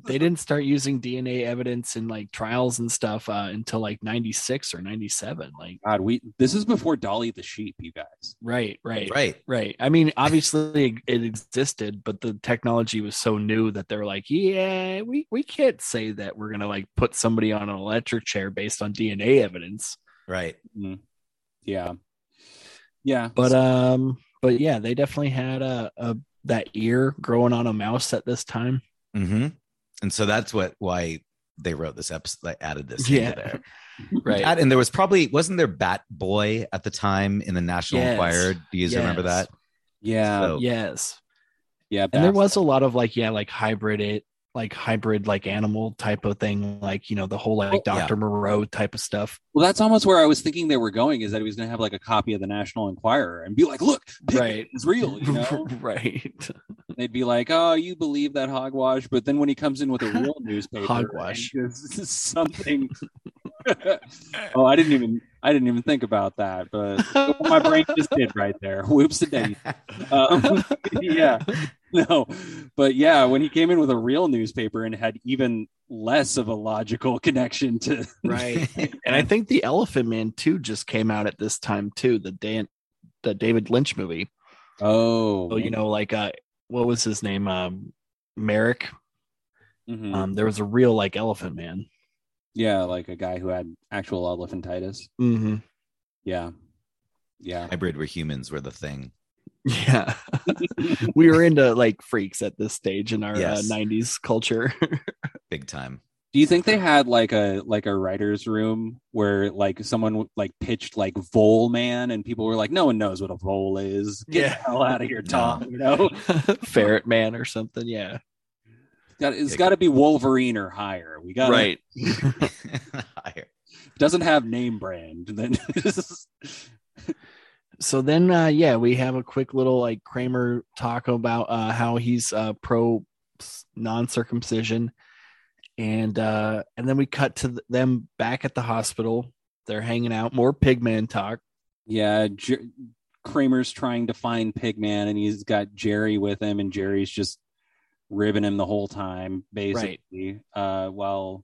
they didn't start using DNA evidence in like trials and stuff uh, until like '96 or '97. Like,
God, we this is before Dolly the sheep, you guys.
right, right,
Right.
Right. I mean, obviously it existed, but the technology was so new that they're like, yeah, we, we can't say that we're going to like put somebody on an electric chair based on DNA evidence.
Right.
Yeah, yeah.
But, um, but yeah, they definitely had a, a that ear growing on a mouse at this time.
hmm And so that's what why they wrote this episode, like added this. into
Yeah.
there.
right.
That- and there was probably wasn't there Bat Boy at the time in the National
Yes.
Enquirer? Do you guys remember
Yes.
that?
yeah,
So-
yes.
yeah.
And there
Bass-
was a lot of like, yeah, like hybrid it like hybrid like animal type of thing like you know the whole
Oh,
like
yeah.
dr moreau type of stuff
Well, that's almost where I was thinking they were going is that he was going to have like a copy of the National Enquirer and be like, look,
Right.
it's real. You know?
right
They'd be like, oh, you believe that hogwash. But then when he comes in with a real newspaper,
Hogwash.
and gives something. oh, I didn't even. I didn't even think about that, but my brain just did right there. Whoops a day.
uh,
Um, yeah, no, but yeah, when he came in with a real newspaper and had even less of a logical connection to
right and i think the elephant man 2 just came out at this time too the dan the david lynch movie
oh,
so you know like uh what was his name um merrick
Mhm.
um there was a real like elephant man
Yeah, like a guy who had actual elephantitis.
mm-hmm.
Yeah. Yeah.
Hybrid where humans were the thing.
yeah we were into like freaks at this stage in our
Yes.
uh, 90s culture
Big time.
Do you think they had like a like a writer's room where like someone like pitched like vole man and people were like, no one knows what a vole is. Get
Yeah.
the hell out of here,
No.
Tom. You know,
ferret man or something yeah
It's gotta- it's
Yeah.
got to be Wolverine or higher. We got
right
Higher.
Doesn't have name brand. Then
so then uh yeah we have a quick little like kramer talk about uh how he's uh pro s- non-circumcision and uh and then we cut to th- them back at the hospital they're hanging out more pigman talk
yeah, Jer- Kramer's trying to find Pigman and he's got Jerry with him and Jerry's just ribbing him the whole time basically uh while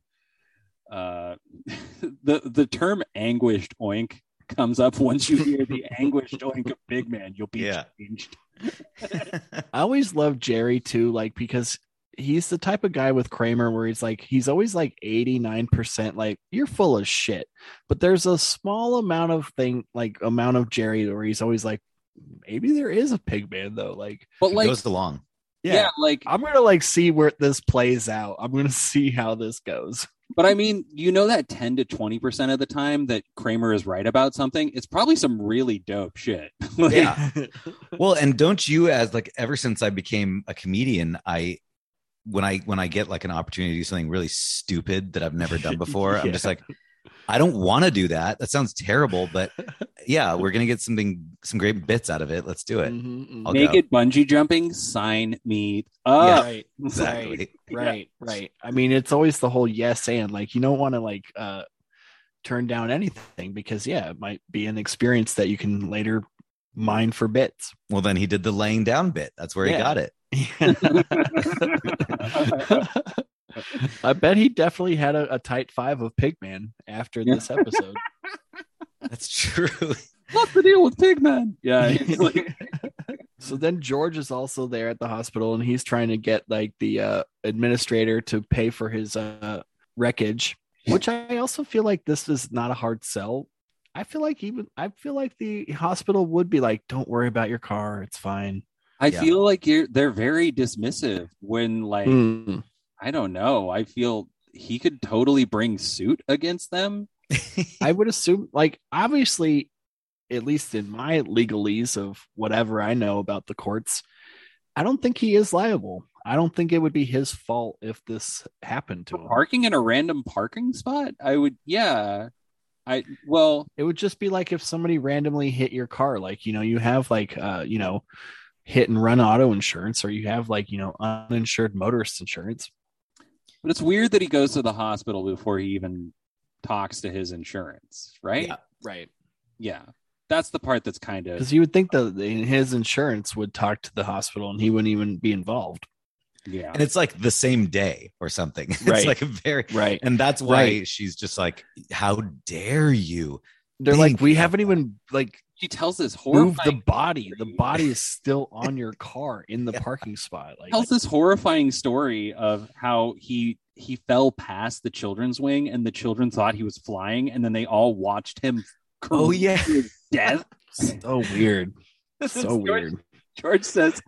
uh the the term anguished oink comes up once you hear the anguished oink of big man you'll be
Yeah.
changed
i always love jerry too like because he's the type of guy with kramer where he's like he's always like 89% like you're full of shit but there's a small amount of thing like amount of jerry where he's always like maybe there is a pigman though like
but like
goes along.
yeah. like
I'm gonna like see where this plays out. I'm gonna see how this goes.
but i mean you know that 10 to 20 percent of the time that kramer is right about something it's probably some really dope shit Like,
Yeah. well, and don't you as like ever since I became a comedian, I when I when I get like an opportunity to do something really stupid that I've never done before, I'm
Yeah.
just like I don't want to do that. That sounds terrible, but yeah, we're gonna get something some great bits out of it. Let's do it.
Mhm,
I'll
mhm.
go.
naked bungee jumping sign me up
right,
Exactly.
right, right. I mean, it's always the whole yes and like you don't want to like uh turn down anything because yeah, it might be an experience that you can later mine for bits.
Well, then he did the laying down bit. That's where he
Yeah.
got it.
I bet he definitely had a, a tight five of Pigman after
Yeah.
this episode.
That's true.
what's the deal with pigman yeah he's like-
so then George is also there at the hospital and he's trying to get like the uh, administrator to pay for his uh, wreckage, which I also feel like this is not a hard sell. I feel like even I feel like the hospital would be like, "Don't worry about your car; it's fine."
I
Yeah.
feel like you're they're very dismissive when like
Hmm.
I don't know. I feel he could totally bring suit against them.
I would assume, like, obviously, at least in my legalese of whatever I know about the courts, I don't think he is liable. I don't think it would be his fault if this happened to him.
Parking in a random parking spot? I would yeah. I well,
It would just be like if somebody randomly hit your car, like you know, you have like uh, you know, hit and run auto insurance, or you have like you know, uninsured motorist insurance.
but it's weird that he goes to the hospital before he even talks to his insurance, right? Yeah.
Yeah.
Right.
That's the part that's kind
Because
of
you would think that the- his insurance would talk to the hospital and he wouldn't even be involved.
yeah.
and it's like the same day or something. It's
Right.
like a very
Right.
and that's why
Right.
she's just like, How dare you?
They're
Think
like, we
about
haven't
that.
even like
She tells this
move
horrifying
the body. The
story.
body is still on your car in the parking spot. Like,
tells this horrifying story of how he he fell past the children's wing and the children thought he was flying and then they all watched him
Oh,
careen
yeah.
to his death
so weird, so
George-
weird.
george says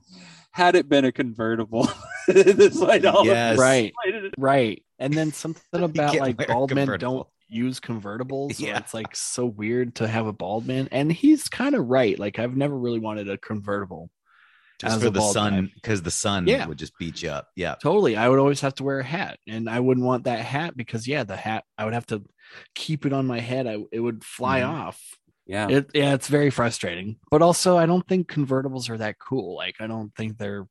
had it been a convertible this light all
Yes.
Right,
inflated.
right. And then something about
can't
like
wear a
bald men don't
convertible.
use convertibles. so
Yeah.
it's like so weird to have a bald man, and he's kind of right. Like I've never really wanted a convertible.
just
As
for
of
the
all
sun
time.
because the sun
Yeah.
would just beat you up. Yeah.
Totally. I would always have to wear a hat and I wouldn't want that hat because yeah, the hat I would have to keep it on my head. I it would fly
Mhm.
off.
Yeah.
It, yeah, it's very frustrating. But also I don't think convertibles are that cool. Like I don't think they're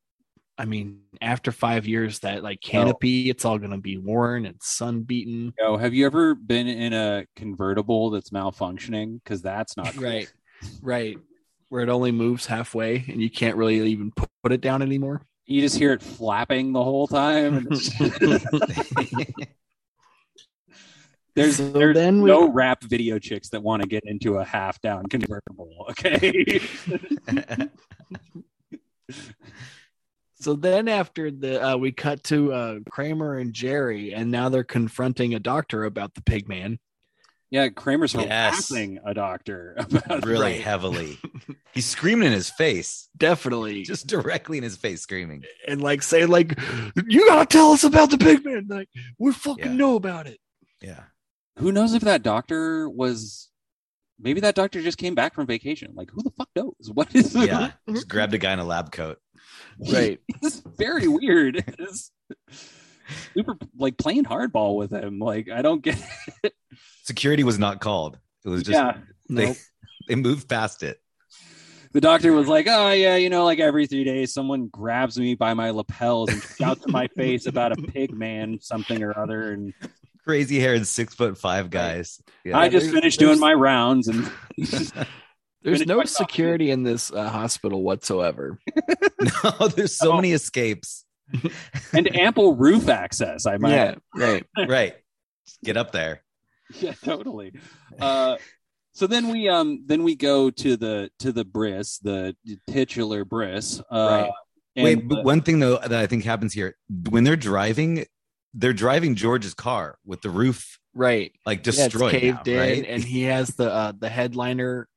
I mean, after 5 years that like canopy, it's all going to be worn and sun beaten.
Yo, have you ever been in a convertible that's malfunctioning? Because that's not cool.
Right. Right. Where it only moves halfway and you can't really even pu- put it down anymore.
You just hear it flapping the whole time. and it's- there's
So
there's
then we-
no rap video chicks that want to get into a half down convertible. Okay.
So then after the uh, we cut to uh, Kramer and Jerry and now they're confronting a doctor about the pig man.
yeah, Kramer's
Yes.
harassing a doctor about
really
Right.
heavily. He's screaming in his face,
Definitely.
just directly in his face, screaming.
and like say like you gotta tell us about the big man like we fucking
Yeah.
know about it
Yeah.
who knows if that doctor was maybe that doctor just came back from vacation. Like who the fuck knows? What is
Yeah. Just grabbed a guy in a lab coat.
right
it's very weird. It's super like playing hardball with him. Like I don't get it.
Security was not called. It was just
yeah.
they they moved past it.
The doctor was like, "Oh yeah, you know, like every three days, someone grabs me by my lapels and shouts in my face about a pig man, something or other." And
Crazy haired six foot five guys. Yeah.
I just
there's-
finished
there's-
doing my rounds, and
there's
Finish
no
my thought.
security in this uh, hospital whatsoever
no, there's so
Oh.
many escapes.
and ample roof access. I might,
yeah right
right. Just get up there.
yeah totally uh so then we um then we go to the to the bris the titular bris uh
Right.
and
Wait, but
the-
one thing though that I think happens here when they're driving, they're driving George's car with the roof
right
like
Yeah, it's
destroyed,
caved
now,
in
right?
and he has the uh, the headliner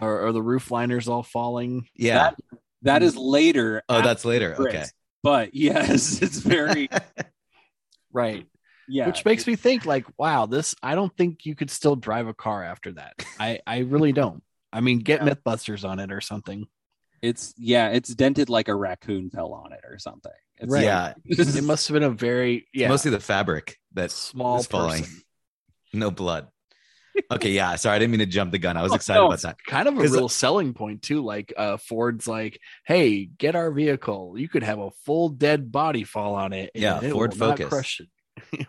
or, or the roof liners all falling
yeah.
That- that is later
oh,
after
that's later.
the Bris.
Okay.
but yes it's very
right
yeah
which makes me think like wow this i don't think you could still drive a car after that i i really don't i mean get mythbusters on it or something
it's yeah it's dented like a raccoon fell on it or something it's
Right.
Yeah.
it must have been a very yeah
Mostly the fabric that's
small
is falling.
person.
no blood. Okay. Yeah. Sorry. I didn't mean to jump the gun. I
Oh,
was excited
no.
about that.
kind of a
'Cause-
real selling point too like uh ford's like hey get our vehicle you could have a full dead body fall on it and
Yeah,
it
Ford
will not
Focus.
crush it.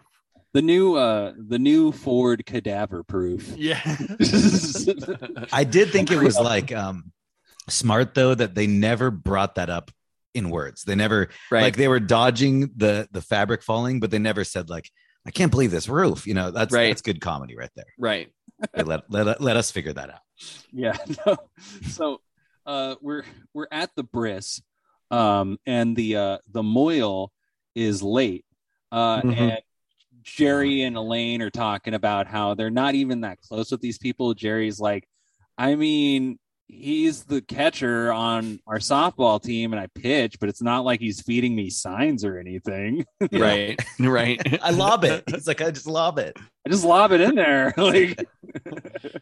the new uh the new ford cadaver proof
yeah
I did think it was like um, smart though that they never brought that up in words. They never
right
like they were dodging the the fabric falling, but they never said like, "I can't believe this roof." You know, that's
Right.
that's good comedy right there.
right
They let, let let us figure that out.
yeah no. so uh we're we're at the bris um and the uh the moil is late uh
Mhm.
and jerry and elaine are talking about how they're not even that close with these people jerry's like i mean he's the catcher on our softball team and i pitch but it's not like he's feeding me signs or anything
Yeah.
right right
I lob it. He's like, I just lob it.
i just lob it in there like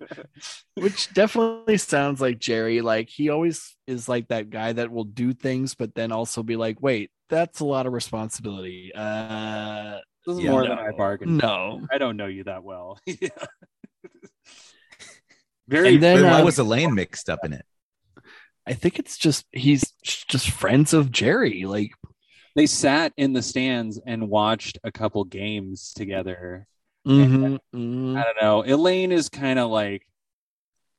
which definitely sounds like jerry like he always is like that guy that will do things but then also be like wait that's a lot of responsibility uh
this is
Yeah.
more
no,
than i bargained
no
i don't know you that well Yeah. very
and then
Wait, why
um,
was Elaine mixed up in it?
i think it's just he's just friends of jerry like
they sat in the stands and watched a couple games together.
mhm, mhm.
I don't know. Elaine is kind of like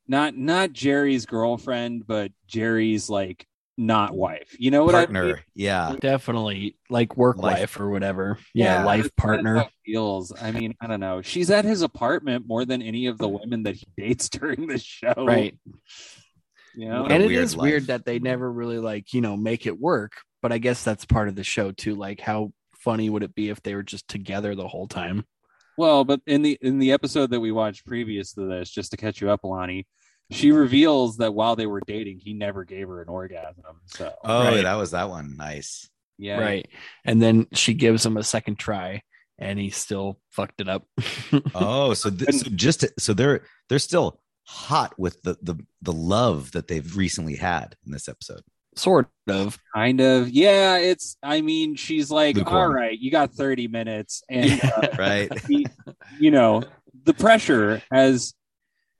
not not Jerry's girlfriend, but Jerry's like not wife. You know what I mean?
Partner. Yeah.
definitely like work
Life-
life, or whatever yeah,
that's-
life
that's how
partner
it feels. I mean, I don't know. She's at his apartment more than any of the women that he dates during the show.
right
You know?
What a
and it
weird
is
life.
weird that they never really like you know make it work but i guess that's part of the show too like how funny would it be if they were just together the whole time
Well, but in the in the episode that we watched previous to this, just to catch you up, Alani, she reveals that while they were dating, he never gave her an orgasm. So
Oh,
Right.
that was that one. Nice.
yeah.
right and then she gives him a second try and he still fucked it up
Uh,
Oh, so, th- so just so they're they're still hot with the the the love that they've recently had in this episode.
sort of.
Kind of. Yeah, it's I mean, she's like,
Lukewarm.
all right, you got 30 minutes and uh,
right?
he- you know the pressure as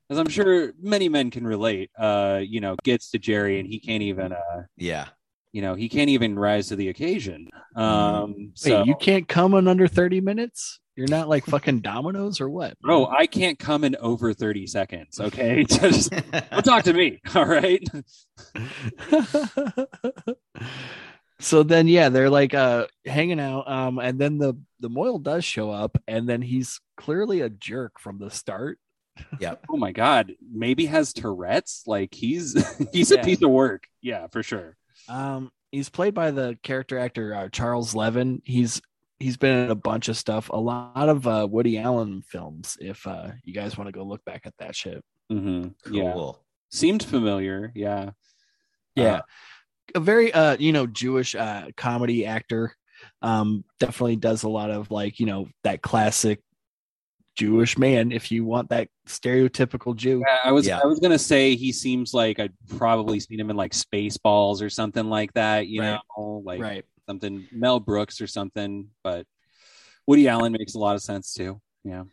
as i'm sure many men can relate uh you know gets to jerry and he can't even uh
Yeah.
you know he can't even rise to the occasion um
Mm-hmm. Wait,
so
you can't come in under 30 minutes? You're not like fucking dominoes or what?
bro i can't come in over 30 seconds okay just don't talk to me all right
so then yeah they're like uh hanging out um and then the the moil does show up and then he's clearly a jerk from the start
oh my god maybe has tourette's like he's he's
Yeah.
a piece of work yeah for sure
um he's played by the character actor uh, charles levin he's he's been in a bunch of stuff a lot of uh woody allen films if uh you guys want to go look back at that shit
Mhm.
Mm-hmm.
yeah
Cool.
seemed familiar yeah Uh,
yeah a very uh you know jewish uh comedy actor um definitely does a lot of like you know that classic jewish man if you want that stereotypical jew
Yeah, I was
Yeah.
I was gonna say he seems like I'd probably seen him in like Spaceballs or something like that, you
Right.
know, like
right
something Mel Brooks or something. But Woody Allen makes a lot of sense too. Yeah,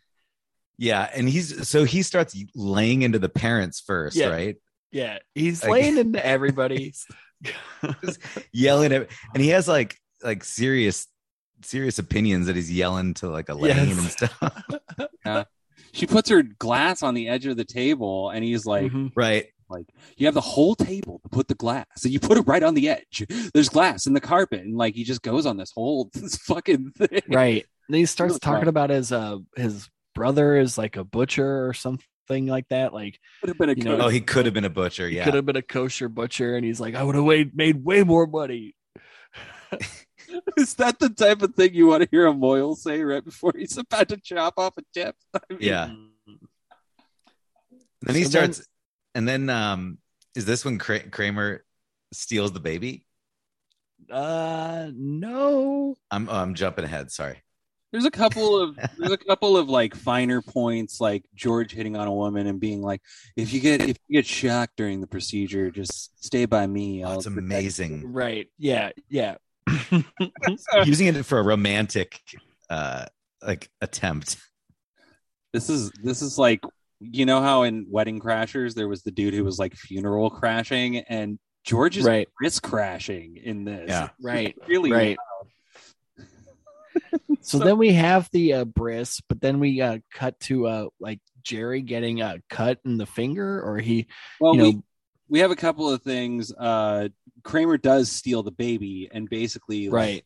Yeah. And he's so he starts laying into the parents first,
Yeah.
right?
yeah he's
Like-
laying into everybody
Yelling at and he has like like serious serious opinions that he's yelling to like Elaine
Yes.
and stuff.
she puts her glass on the edge of the table, and he's like,
Mhm.
right.
like you have the whole table to put the glass, and you put it right on the edge. There's glass in the carpet, and like he just goes on this whole this fucking thing.
right and he starts
Really
talking
fun.
about his uh his brother is like a butcher or something like that like
Could have been a
You know,
coach.
Oh, he could have been a butcher.
he
Yeah.
could have been a kosher butcher and he's like i would have weighed- made way more money
Is that the type of thing you want to hear a Moyle say right before he's about to chop off a tip? I mean,
Yeah.
Mm,
Then he
So then-
starts, and then um, is this when Kra- Kramer steals the baby?
uh no
I'm oh, I'm jumping ahead. Sorry.
There's a couple of there's a couple of like finer points, like George hitting on a woman and being like, "If you get if you get shocked during the procedure, just stay by me."
Oh, it's
protect you."
amazing.
Right. Yeah. Yeah.
Using it for a romantic uh like attempt.
This is this is like you know how in Wedding Crashers there was the dude who was like funeral crashing, and George is
right.
wrist crashing in this.
Yeah.
Right.
really.
Right. So, then we have the uh, bris, but then we uh, cut to uh, like Jerry getting a cut in the finger, or he,
Well,
you
we,
know,
we have a couple of things. Uh, Kramer does steal the baby and basically like,
right,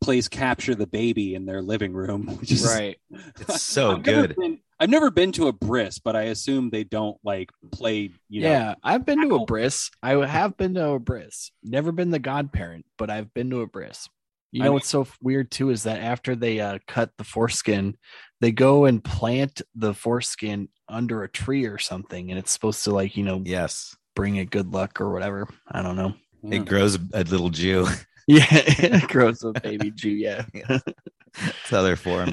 plays capture the baby in their living room, which is
right,
It's so
I've never
good.
been- I've never been to a bris, but I assume they don't like play. You know,
yeah. I've been to a bris. I have been to a bris. Never been the godparent, but I've been to a bris. You
I
know
mean-
what's so f- weird too is that after they uh, cut the foreskin, they go and plant the foreskin under a tree or something, and it's supposed to like you know
Yes.
bring it good luck or whatever. I don't know.
Yeah.
It grows a little Jew.
Yeah, it grows a baby Jew. Yeah.
It's other form.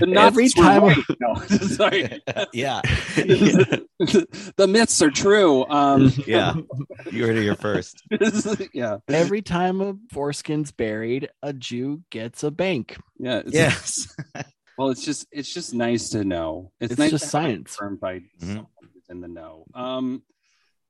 The Nazis
Every
were
time,
right. No, sorry,
yeah.
the myths are true. Um,
Yeah. You heard it here first.
yeah,
every time a foreskin's buried, a Jew gets a bank.
yeah, it's-
Yes.
Well, it's just it's just nice to know. It's,
It's
nice
just
to have it
science.
confirmed by
Mhm.
someone who's in the know. Um,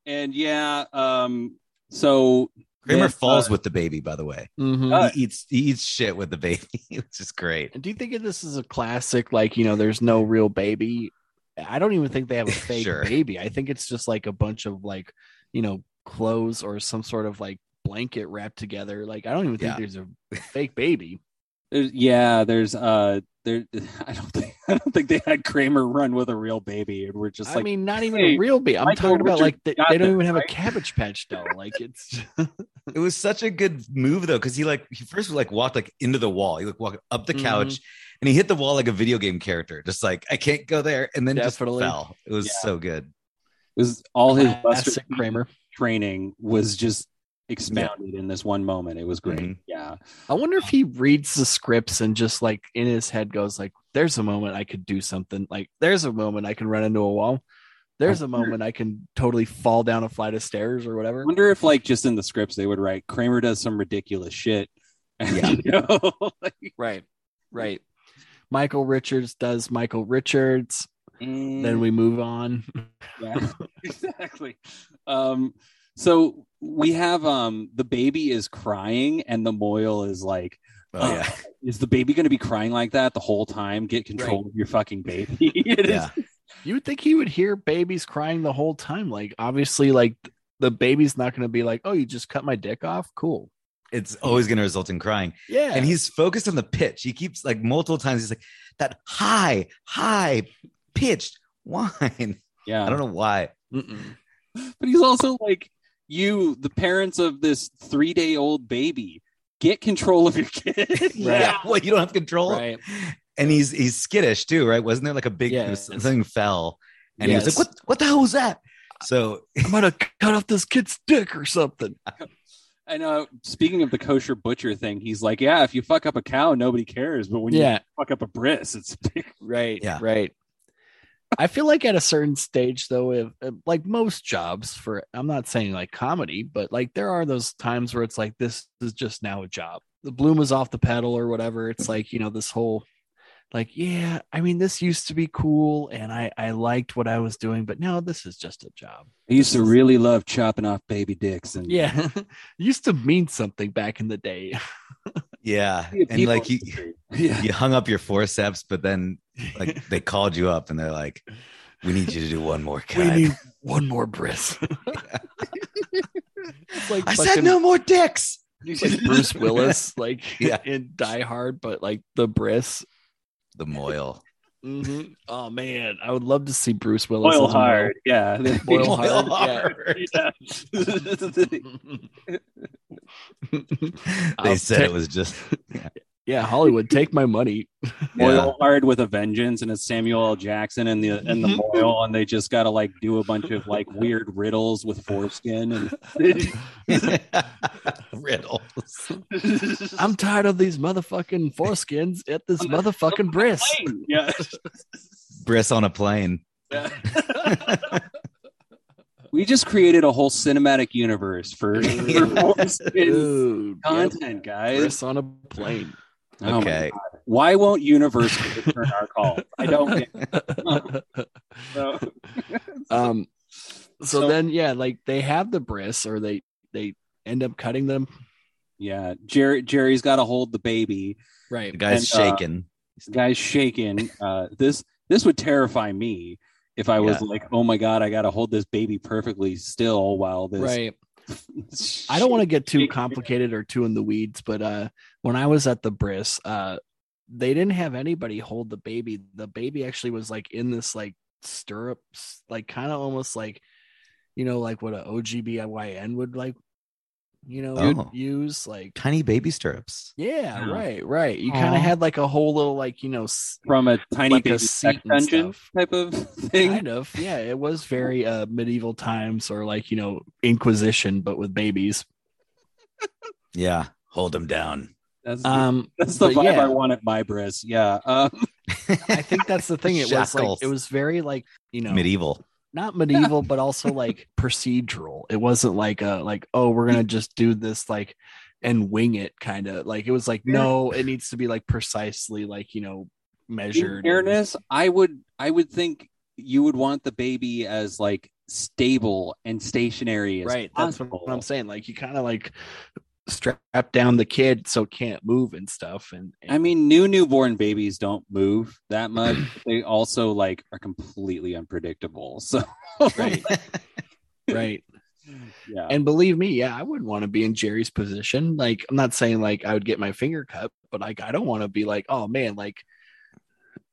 and yeah, um, so
Kramer
Yeah,
falls with the baby, by the way.
Mhm.
Uh,
He eats he eats shit with the baby, which is great.
And do you think that this is a classic? Like, you know, there's no real baby. I don't even think they have a fake
Sure.
baby. I think it's just like a bunch of like, you know, clothes or some sort of like blanket wrapped together. Like, I don't even think
Yeah.
there's a fake baby.
There's, yeah, there's uh there I don't think I don't think they had Kramer run with a real baby and we're just
I
like
mean, not even
hey,
a real baby. I'm
Michael
talking about
Richard
like they,
got
they don't
this,
even have
right?
a cabbage patch doll. Like, it's
It was such a good move though, because he like he first like walked like into the wall. He like walked up the
Mhm.
couch and he hit the wall like a video game character, just like I can't go there, and then
Definitely.
just fell. It was
Yeah.
so good.
it was all his Buster
classic Kramer.
training was just expounded in this one moment. It was great.
Mhm.
Yeah.
I wonder if he reads the scripts and just like in his head goes like, "There's a moment I could do something. Like, there's a moment I can run into a wall. There's a moment I can totally fall down a flight of stairs or
I
whatever.
wonder if like just in the scripts they would write Kramer does some ridiculous shit.
Yeah.
You know?
Right. Right. Michael Richards does Michael Richards. Then we move on.
Yeah, exactly. Um, so we have um the baby is crying and the Moyle is like,
Oh
"Ugh,
yeah,
is the baby going to be crying like that the whole time? Get control of your fucking baby. It is-
yeah.
You would think he would hear babies crying the whole time. Like obviously, like the baby's not gonna be like, Oh, you just cut my dick off? Cool.
It's always going to result in crying.
Yeah.
And he's focused on the pitch. He keeps like multiple times. He's like that high, high pitched whine.
yeah.
I don't know why.
Mm-mm.
But he's also like, you, the parents of this three day old baby, get control of your kid.
Yeah, well, you don't have control.
Right.
And he's he's skittish too, right? Wasn't there like a big
Yeah.
something fell, and he was
Yes.
like, "What? What the hell was that?" So
I'm gonna cut off this kid's dick or something.
I know. Speaking of the kosher butcher thing, he's like, yeah, if you fuck up a cow, nobody cares. But when
Yeah.
you fuck up a bris, it's
Right.
Yeah.
Right. I feel like at a certain stage, though, if, if- like most jobs, for I'm not saying like comedy, but like there are those times where it's like this is just now a job. The bloom is off the pedal or whatever. It's like you know this whole, like yeah, I mean this used to be cool and I I liked what I was doing, but now this is just a job.
I used to really love chopping off baby dicks
Mm.
and
Yeah, It used to mean something back in the day.
yeah, and
People-
like you,
yeah.
you hung up your forceps, but then like they called you up and they're like, "We need you to do one more
we
cut."
need one more bris. It's like
I said
fucking-
no more dicks.
like Bruce Willis, like
Yeah.
in Die Hard, but like the Briss.
The Moyle.
Mhm. Oh man, I would love to see Bruce Willis.
Boil
as Mo.
hard, yeah.
Boil hard,
They
I'll
said
take-
it was just
Yeah, Hollywood, take my money.
Boil hard with a vengeance, and it's Samuel L. Jackson and the and the boil, and they just got to like do a bunch of like weird riddles with foreskin. And
riddles.
I'm tired of these motherfucking foreskins at this
On the-
motherfucking Briss.
yeah,
Briss on a plane.
we just created a whole cinematic universe for, for foreskin
Dude, yep.
content, guys.
Briss on a plane.
Oh my
Okay.
why won't universe return our call i don't get it. So,
um so,
So-
then yeah like they have the bris or they they end up cutting them
yeah jerry jerry's got to hold the baby
right
the guy's
And, uh,
shaking.
This guy's shaking uh this this would terrify me if i was
Yeah.
like oh my god i gotta hold this baby perfectly still while this
right I don't want to get too complicated or too in the weeds, but uh, when I was at the Bris, uh, they didn't have anybody hold the baby. The baby actually was like in this like stirrups, like kind of almost like, you know, like what a OGBYN would like, you know,
Oh.
use like.
Tiny baby stirrups.
Yeah,
Yeah.
right, right. You kind
Aw.
of had like a whole little like you know s-
from a tiny
Like a
baby
seat
sex
and
dungeon
stuff.
type of thing
kind of yeah. It was very uh medieval times or like you know Inquisition, but with babies.
Yeah. Hold him down.
that's,
Um,
that's the
but
vibe
yeah.
i want at my bris yeah um
I think that's the thing. It was like
Shackles.
it was very like you know
Medieval.
not medieval, but also like procedural. It wasn't like a like oh we're gonna just do this like and wing it kind of like it was like no it needs to be like precisely like you know measured.
in fairness i would i would think you would want the baby as like stable and stationary as
right? That's what
possible.
I'm saying. Like you kind of like strap down the kid so it can't move and stuff. And, and
i mean new newborn babies don't move that much but they also like are completely unpredictable so
right, right.
yeah
And believe me, yeah, I wouldn't want to be in Jerry's position. Like, I'm not saying like I would get my finger cut, but like I don't want to be like, oh man, like,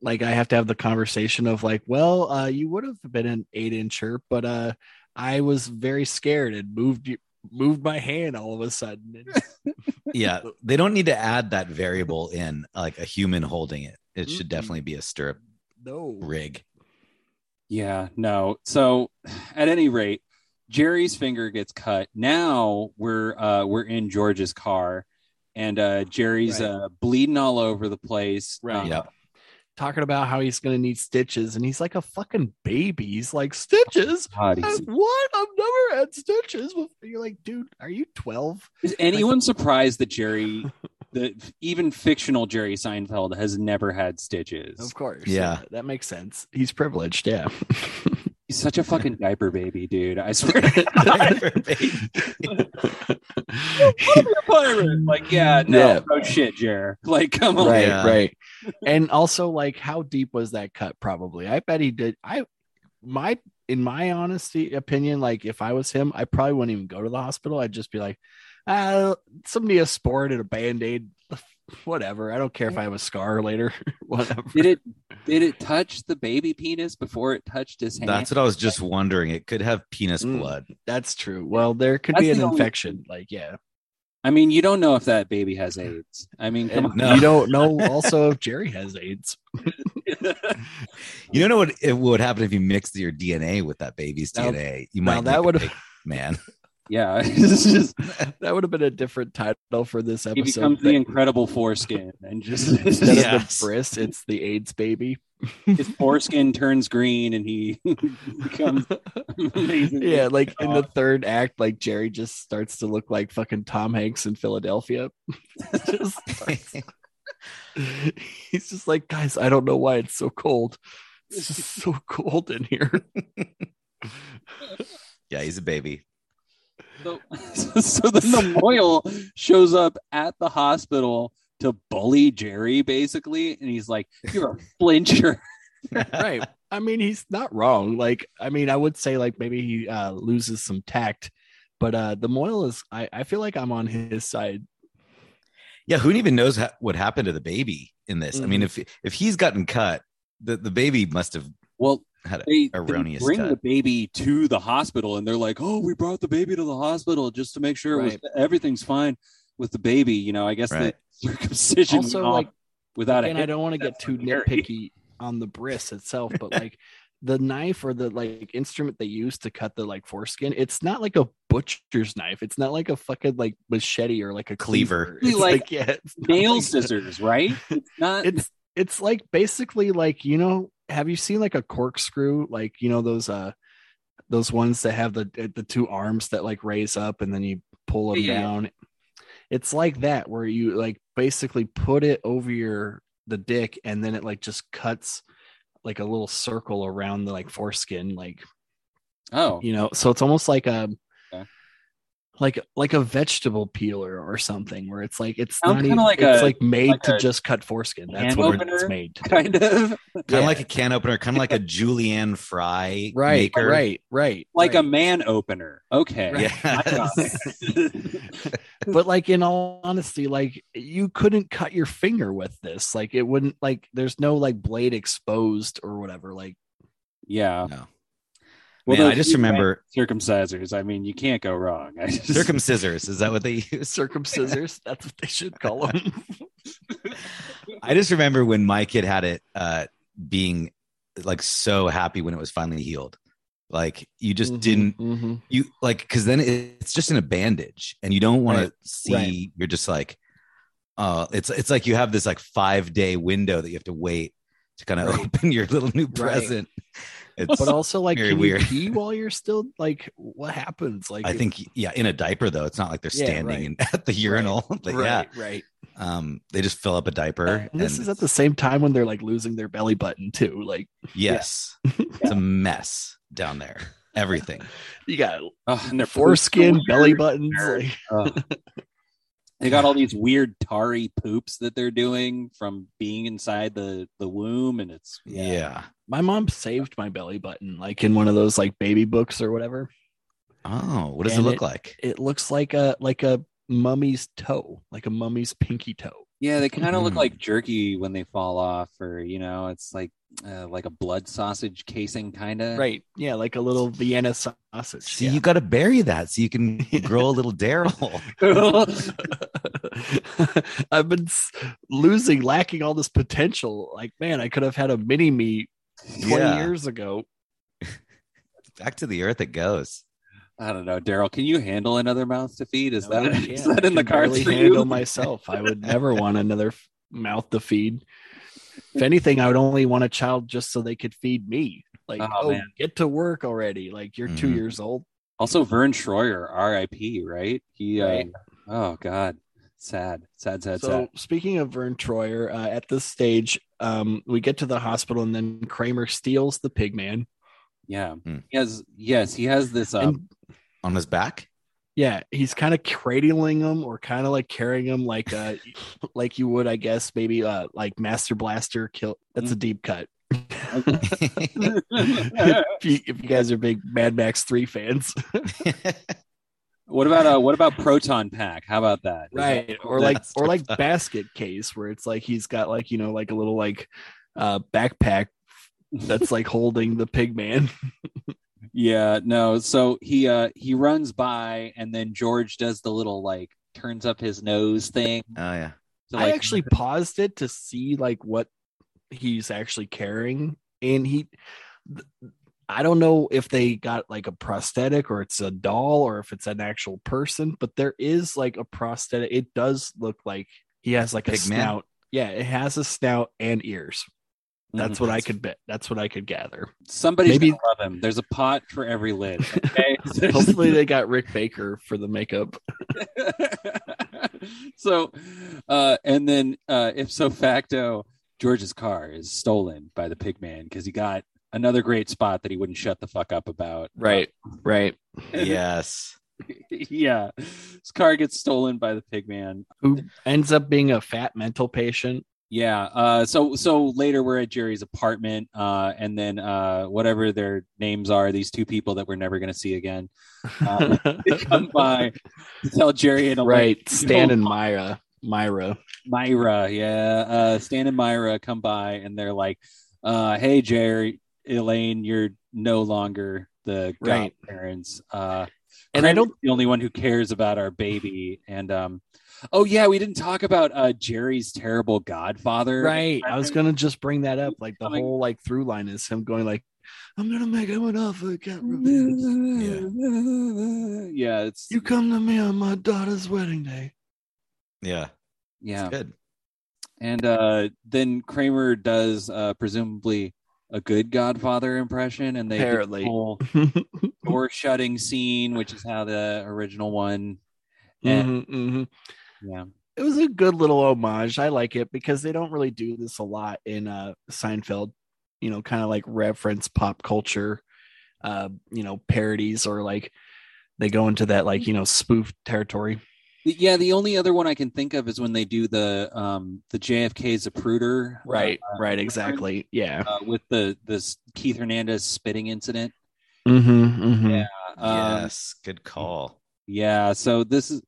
like I have to have the conversation of like, well, uh, you would have been an eight incher, but uh, I was very scared and moved you moved my hand all of a sudden.
Yeah. They don't need to add that variable in, like a human holding it. It should
Mhm.
definitely be a stirrup
no,
rig.
yeah no so at any rate jerry's finger gets cut now we're uh we're in george's car and uh jerry's
Right.
uh bleeding all over the place
Right.
Um,
Yeah.
talking about how he's gonna need stitches, and he's like a fucking baby. He's like stitches.
God,
I-
he's-
What? I've never had stitches. before." You're like, dude, are you twelve?
Is anyone surprised that Jerry, the even fictional Jerry Seinfeld, has never had stitches?
Of course.
Yeah.
that makes sense. He's privileged. Yeah.
He's such a fucking diaper baby, dude. I swear. to God. Pirate. Like, yeah, no,
Yeah.
no shit, Jer. Like, come on.
right
Yeah.
right and also like how deep was that cut probably i bet he did i my in my honesty opinion like if i was him i probably wouldn't even go to the hospital i'd just be like uh somebody a sport and a band-aid whatever i don't care if i have a scar later whatever
Did it? Did it touch the baby penis before it touched his hand?
That's what I was just wondering. It could have penis
Mm.
blood.
that's true well there could
That's
be an
the only-
infection like yeah
I mean, you don't know if that baby has AIDS. I mean, come on.
And
Eh, No.
you don't know also if jerry has aids
You don't know what it would happen if you mixed your DNA with that baby's
Now-
DNA. You
now
might
that
that
would've-
would man.
Yeah, it's just
that would have been a different title for this
he
episode
becomes the
That-
incredible foreskin, and just
instead
his
of
Yes.
the bris it's the aids baby
foreskin turns green, and he becomes amazing.
Yeah, like in the third act, like Jerry just starts to look like fucking Tom Hanks in Philadelphia. Just starts- he's just like, guys, I don't know why it's so cold. It's just so cold in here.
yeah, he's a baby.
So, so then the Moyle shows up at the hospital to bully Jerry, basically, and he's like, "You're a flincher."
right. I mean, he's not wrong. Like, I mean, I would say like maybe he uh, loses some tact, but uh the Moyle is. I, I feel like I'm on his side.
Yeah, who even knows ha- what happened to the baby in this? I mean,
Mm-hmm.
if if he's gotten cut, the, the baby must have
Well,
had a
they, they
erroneous
bring
cut.
the baby to the hospital, and they're like, "Oh, we brought the baby to the hospital just to make sure it was, everything's fine with the baby." You know, I guess
Right.
the circumcision
Also,
went off
like,
without
and
a
I
hit.
don't want to get
That's
too
scary.
nitpicky on the bris itself, but like the knife or the like instrument they use to cut the like foreskin, it's not like a butcher's knife. It's not like a fucking like machete or like a cleaver.
Cleaver.
It's
Like,
yeah, it's not
nail
like-
scissors, right? It's not.
It's it's like basically like you know, have you seen like a corkscrew? Like you know those uh those ones that have the the two arms that like raise up and then you pull them
Yeah, yeah, yeah.
down. It's like that where you like basically put it over your the dick and then it like just cuts like a little circle around the like foreskin like
oh,
you know so it's almost like a
Okay.
like like a vegetable peeler or something where it's like it's
Sounds
not
kinda
even,
like
it's
a-
like made
like
to
a
just cut foreskin that's
can
what it's
opener.
made
kind of
kind
Yeah.
of like a can opener, kind of like a Julianne Fry
right
maker.
right right
like
right.
a man opener. Okay. I
Yeah.
got it.
but like in all honesty like you couldn't cut your finger with this like it wouldn't like there's no like blade exposed or whatever like
yeah.
No.
Well,
Man, I
those
just
two brand
remember
circumcisers. I mean, you can't go wrong. I just-
circumcisors. Is that what they use?
circumcisors that's what they should call them
I just remember when my kid had it, uh, being like so happy when it was finally healed. Like you just didn't
Mhm,
you like because then it, it's just in a bandage and you don't want
Right,
to see.
right.
You're just like, uh, it's it's like you have this like five day window that you have to wait to kind of
Right.
open your little new
Right.
present.
mhm.
It's
but also like
Very
can
weird.
you pee while you're still like what happens like
I think yeah, in a diaper though, it's not like they're
Yeah,
standing
right.
in, at the urinal. But
right right
yeah, um, they just fill up a diaper.
And this is at the same time when they're like losing their belly button too. Like
yes, it's a mess down there. Everything.
you got
Ugh, and their
foreskin,
poops are
belly
weird.
buttons.
Sure.
like-
Ugh. They got all these weird tarry poops that they're doing from being inside the the womb, and it's
Yeah.
my mom saved my belly button, like in one of those like baby books or whatever.
Oh, what does
And
it look like?
It looks like a like a mummy's toe, like a mummy's pinky toe.
yeah, they kind of look
Mhm.
like jerky when they fall off, or you know, it's like uh, like a blood sausage casing, kind of.
Right. Yeah, like a little Vienna sausage.
See,
yeah.
you got to bury that so you can grow a little Daryl.
I've been s- losing, lacking all this potential. Like, man, I could have had a mini me 20
Yeah.
years ago.
Back to the earth it goes.
I don't know, Daryl. Can you handle another mouth to feed? Is
No,
that
I
is
can't.
that in
I
the
can
cards
barely
for you?
handle myself. I would never want another f- mouth to feed. if anything, I would only want a child just so they could feed me. Like,
Oh,
oh,
man.
get to work already. Like, you're two
Mhm.
years old.
Also, Vern Schroyer, R.I.P. Right? He. Uh,
Right.
Oh God, sad, sad, sad,
so,
sad.
speaking of Vern Troyer, uh, at this stage, um, we get to the hospital and then Kramer steals the pig man.
Yeah.
Hmm.
He has. Yes, he has this. Um,
and
on his back.
yeah, he's kind of cradling him or kind of like carrying him like uh, like you would, I guess, maybe uh, like Master Blaster kill. That's
Mm.
a deep cut.
Oh,
if, you, if you guys are big Mad Max 3 fans.
what about uh, what about Proton Pack? How about that? Is that-
right or like
That's
or like
tough.
basket case where it's like he's got like you know like a little like uh backpack that's like holding the pig man
Yeah, no. So he uh he runs by and then George does the little like turns up his nose thing
Oh yeah.
to
i
like
actually paused it to see like what he's actually carrying and he th- i don't know if they got like a prosthetic or it's a doll or if it's an actual person but there is like a prosthetic it does look like he has like a
Pig man?
snout yeah it has a snout and ears that's what i could bet that's what i could gather
Mm-hmm. somebody's
maybe-
gonna love him. There's a pot for every lid. Okay.
Hopefully they got Rick Baker for the makeup.
so uh and then uh ipso facto George's car is stolen by the pig man because he got another great spot that he wouldn't shut the fuck up about.
right.
Yes.
yeah. His car gets stolen by the pig man.
Who ends up being a fat mental patient.
Yeah. Uh, so so later we're at Jerry's apartment, uh, and then uh, whatever their names are, these two people that we're never going to see again, uh, they come by to tell Jerry and Elaine-
right. Stan and Myra. Myra.
Myra. Yeah, uh, Stan and Myra come by, and they're like, uh, "Hey, Jerry, Elaine, you're no longer the
Right.
godparents." Uh,
And I
Kramer's
don't-
the only one who cares about our baby, and um, oh yeah, we didn't talk about uh, Jerry's terrible godfather.
Right. I was gonna just bring that up. Like the
Coming-
whole like through line is him going like, I'm gonna make him an offer. I can't refuse.
yeah. yeah, it's
You come to me on my daughter's wedding day.
Yeah.
yeah,
It's good.
and uh, then Kramer does uh, presumably a good Godfather impression, and they do the
Apparently.
whole door shutting scene, which is how the original one.
Mhm, mhm.
Yeah,
it was a good little homage. I like it because they don't really do this a lot in uh Seinfeld, you know, kind of like reference pop culture uh, you know, parodies or like they go into that like, you know, spoof territory.
yeah. The only other one I can think of is when they do the um, the JFK Zapruder,
right, exactly. Uh, Yeah.
Uh, with the this Keith Hernandez spitting incident.
Mm-hmm, mm-hmm.
Yeah. Um,
yes. Good call.
Yeah, so this is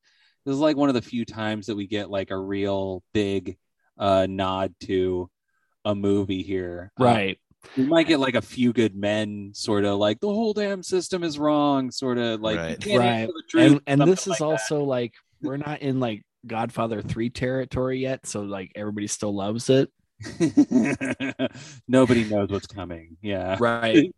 this is like one of the few times that we get like a real big uh nod to a movie here. Uh,
Right.
we might get like a few good men sort of like the whole damn system is wrong sort of like you
Right.
can't
Right.
handle the truth,
And and
something
this
like
is also like we're not in like Godfather 3 territory yet, so like everybody still loves it.
that. nobody knows what's coming. Yeah.
Right.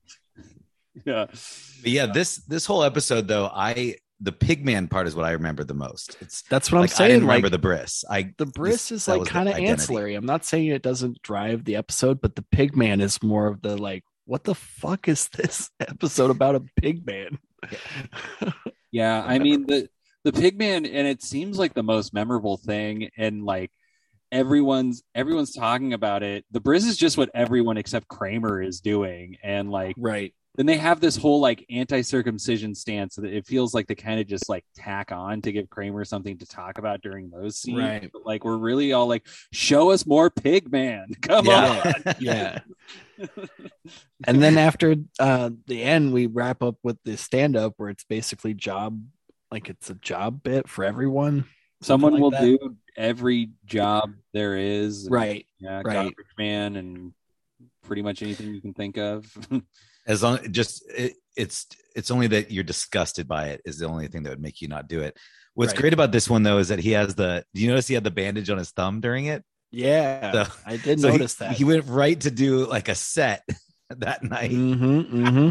Yeah.
But yeah, this this whole episode though, I the pigman part is what I remember the most. It's
That's what I'm
like
saying.
I didn't
like,
remember the bris. I
the bris
This-
is
that
like
was the
kind of
identity.
ancillary i'm not saying it doesn't drive the episode but the pig man is more of the like what the fuck is this episode about a pig man
Yeah, I mean the the pigman and it seems like the most memorable thing and like everyone's everyone's talking about it. The Briz is just what everyone except Kramer is doing and like
right
then they have this whole like anti-circumcision stance that it feels like they kind of just like tack on to give Kramer something to talk about during those scenes.
Right.
But, like we're really all like show us more pigman. Come on.
yeah.
yeah and then after uh the end we wrap up with the stand up where it's basically job like it's a job bit for everyone
Someone
like
will
that.
do every job there is. and-
right
Yeah,
Right.
Garbage Man and pretty much anything you can think of.
as long just it, it's it's only that you're disgusted by it is the only thing that would make you not do it. What's
Right.
great about this one though is that he has the. Do you notice he had the bandage on his thumb during it?
yeah
So-
i did
So he-
notice that
he went right to do like a set that night.
Mm-hmm,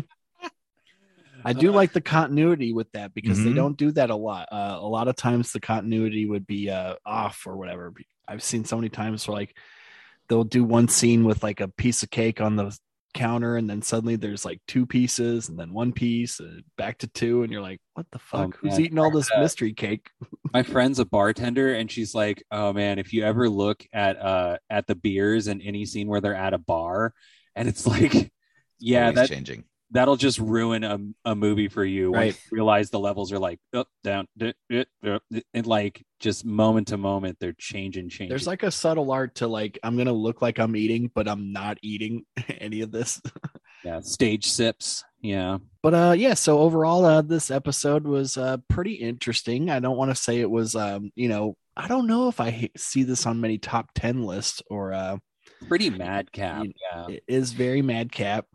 I do like the continuity with that because
Mm-hmm.
they
Mhm.
don't do that a lot. Uh, a lot of times the continuity would be uh, off or whatever. I've seen so many times where like they'll do one scene with like a piece of cake on the counter and then suddenly there's like two pieces and then one piece and back to two and you're like what the fuck
Oh,
who's
man.
eating all this
Yeah.
mystery cake
my friend's a bartender and she's like oh man if you ever look at uh at the beers and any scene where they're at a bar and it's like yeah
Always
that
changing.
that'll just ruin a, a movie for you when
Right.
you realize the levels are like up down d- d- d- and like just moment to moment they're changing changing
there's like a subtle art to like i'm gonna look like i'm eating but i'm not eating any of this
yeah stage sips yeah
but uh yeah so overall uh this episode was uh pretty interesting i don't want to say it was um you know i don't know if i h- see this on many top 10 lists or uh
pretty madcap
You-
yeah,
it is very madcap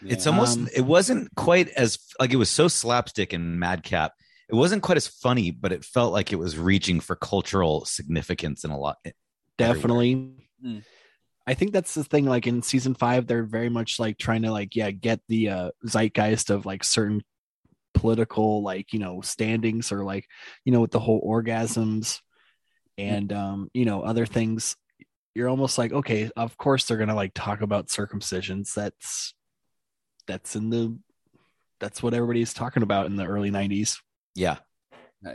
It's
yeah.
almost
Um,
it wasn't quite as like it was so slapstick and madcap. It wasn't quite as funny, but it felt like it was reaching for cultural significance in a lot. eh, everywhere.
definitely
Mm.
i think that's the thing like in season five they're very much like trying to like yeah get the uh zeitgeist of like certain political like you know standings or like you know with the whole orgasms and um you know other things you're almost like okay of course they're gonna like talk about circumcisions that's that's in the that's what everybody's talking about in the early 90s
Yeah,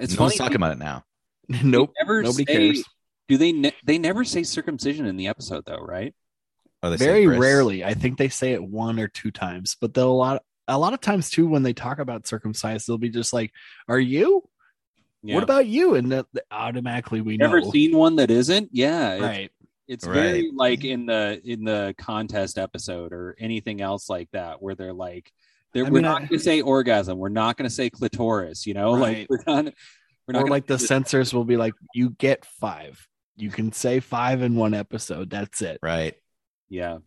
it's
no
funny
one's talking about it now.
nope
never
nobody
say-
cares
do they ne- they never say circumcision in the episode though right
Oh, they say
very
Chris.
rarely i think they say it one or two times but they'll a lot a lot of times too when they talk about circumcised they'll be just like are you
Yeah.
what about you and that, that automatically we
Ever
know
seen one that isn't? Yeah, it's-
right
It's
Right.
very like in the in the contest episode or anything else like that, where they're like, they're,
I
we're
mean,
not
I-
going to say orgasm, we're not going to say clitoris, you know,
Right.
like we're not, we're not
or
gonna
like the
say-
censors will be like you get five you can say five in one episode that's it
Right.
yeah,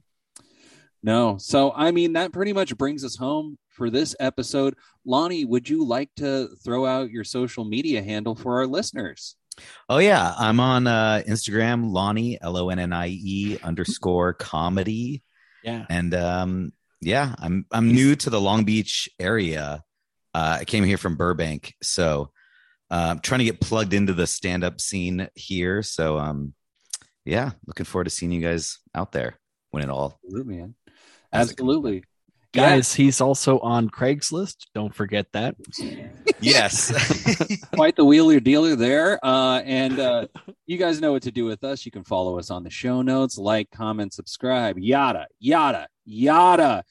no. So I mean, that pretty much brings us home for this episode. Lonnie, would you like to throw out your social media handle for our listeners?
Oh yeah, I'm on uh, Instagram, Lonnie L O N N I E underscore comedy,
yeah
and um, yeah, I'm I'm new to the Long Beach area. Uh, I came here from Burbank, so uh, I'm trying to get plugged into the stand up scene here. So um, yeah, looking forward to seeing you guys out there when it all.
Absolutely, man.
As it comes
Absolutely.
guys he's also on craigslist don't forget that
Yes,
quite the wheeler dealer there. Uh, and uh, you guys know what to do with us. You can follow us on the show notes, like, comment, subscribe, yada, yada, yada.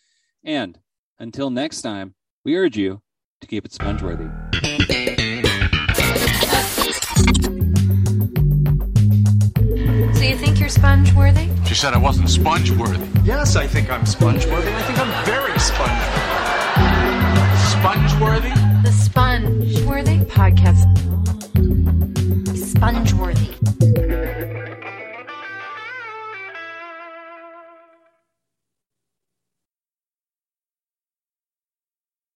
And until next time, we urge you to keep it sponge worthy.
So you think you're sponge worthy?
She said I wasn't sponge worthy.
Yes, I think I'm sponge worthy. I think I'm very sponge worthy.
Sponge worthy?
The Sponge Worthy Podcast. Sponge Worthy.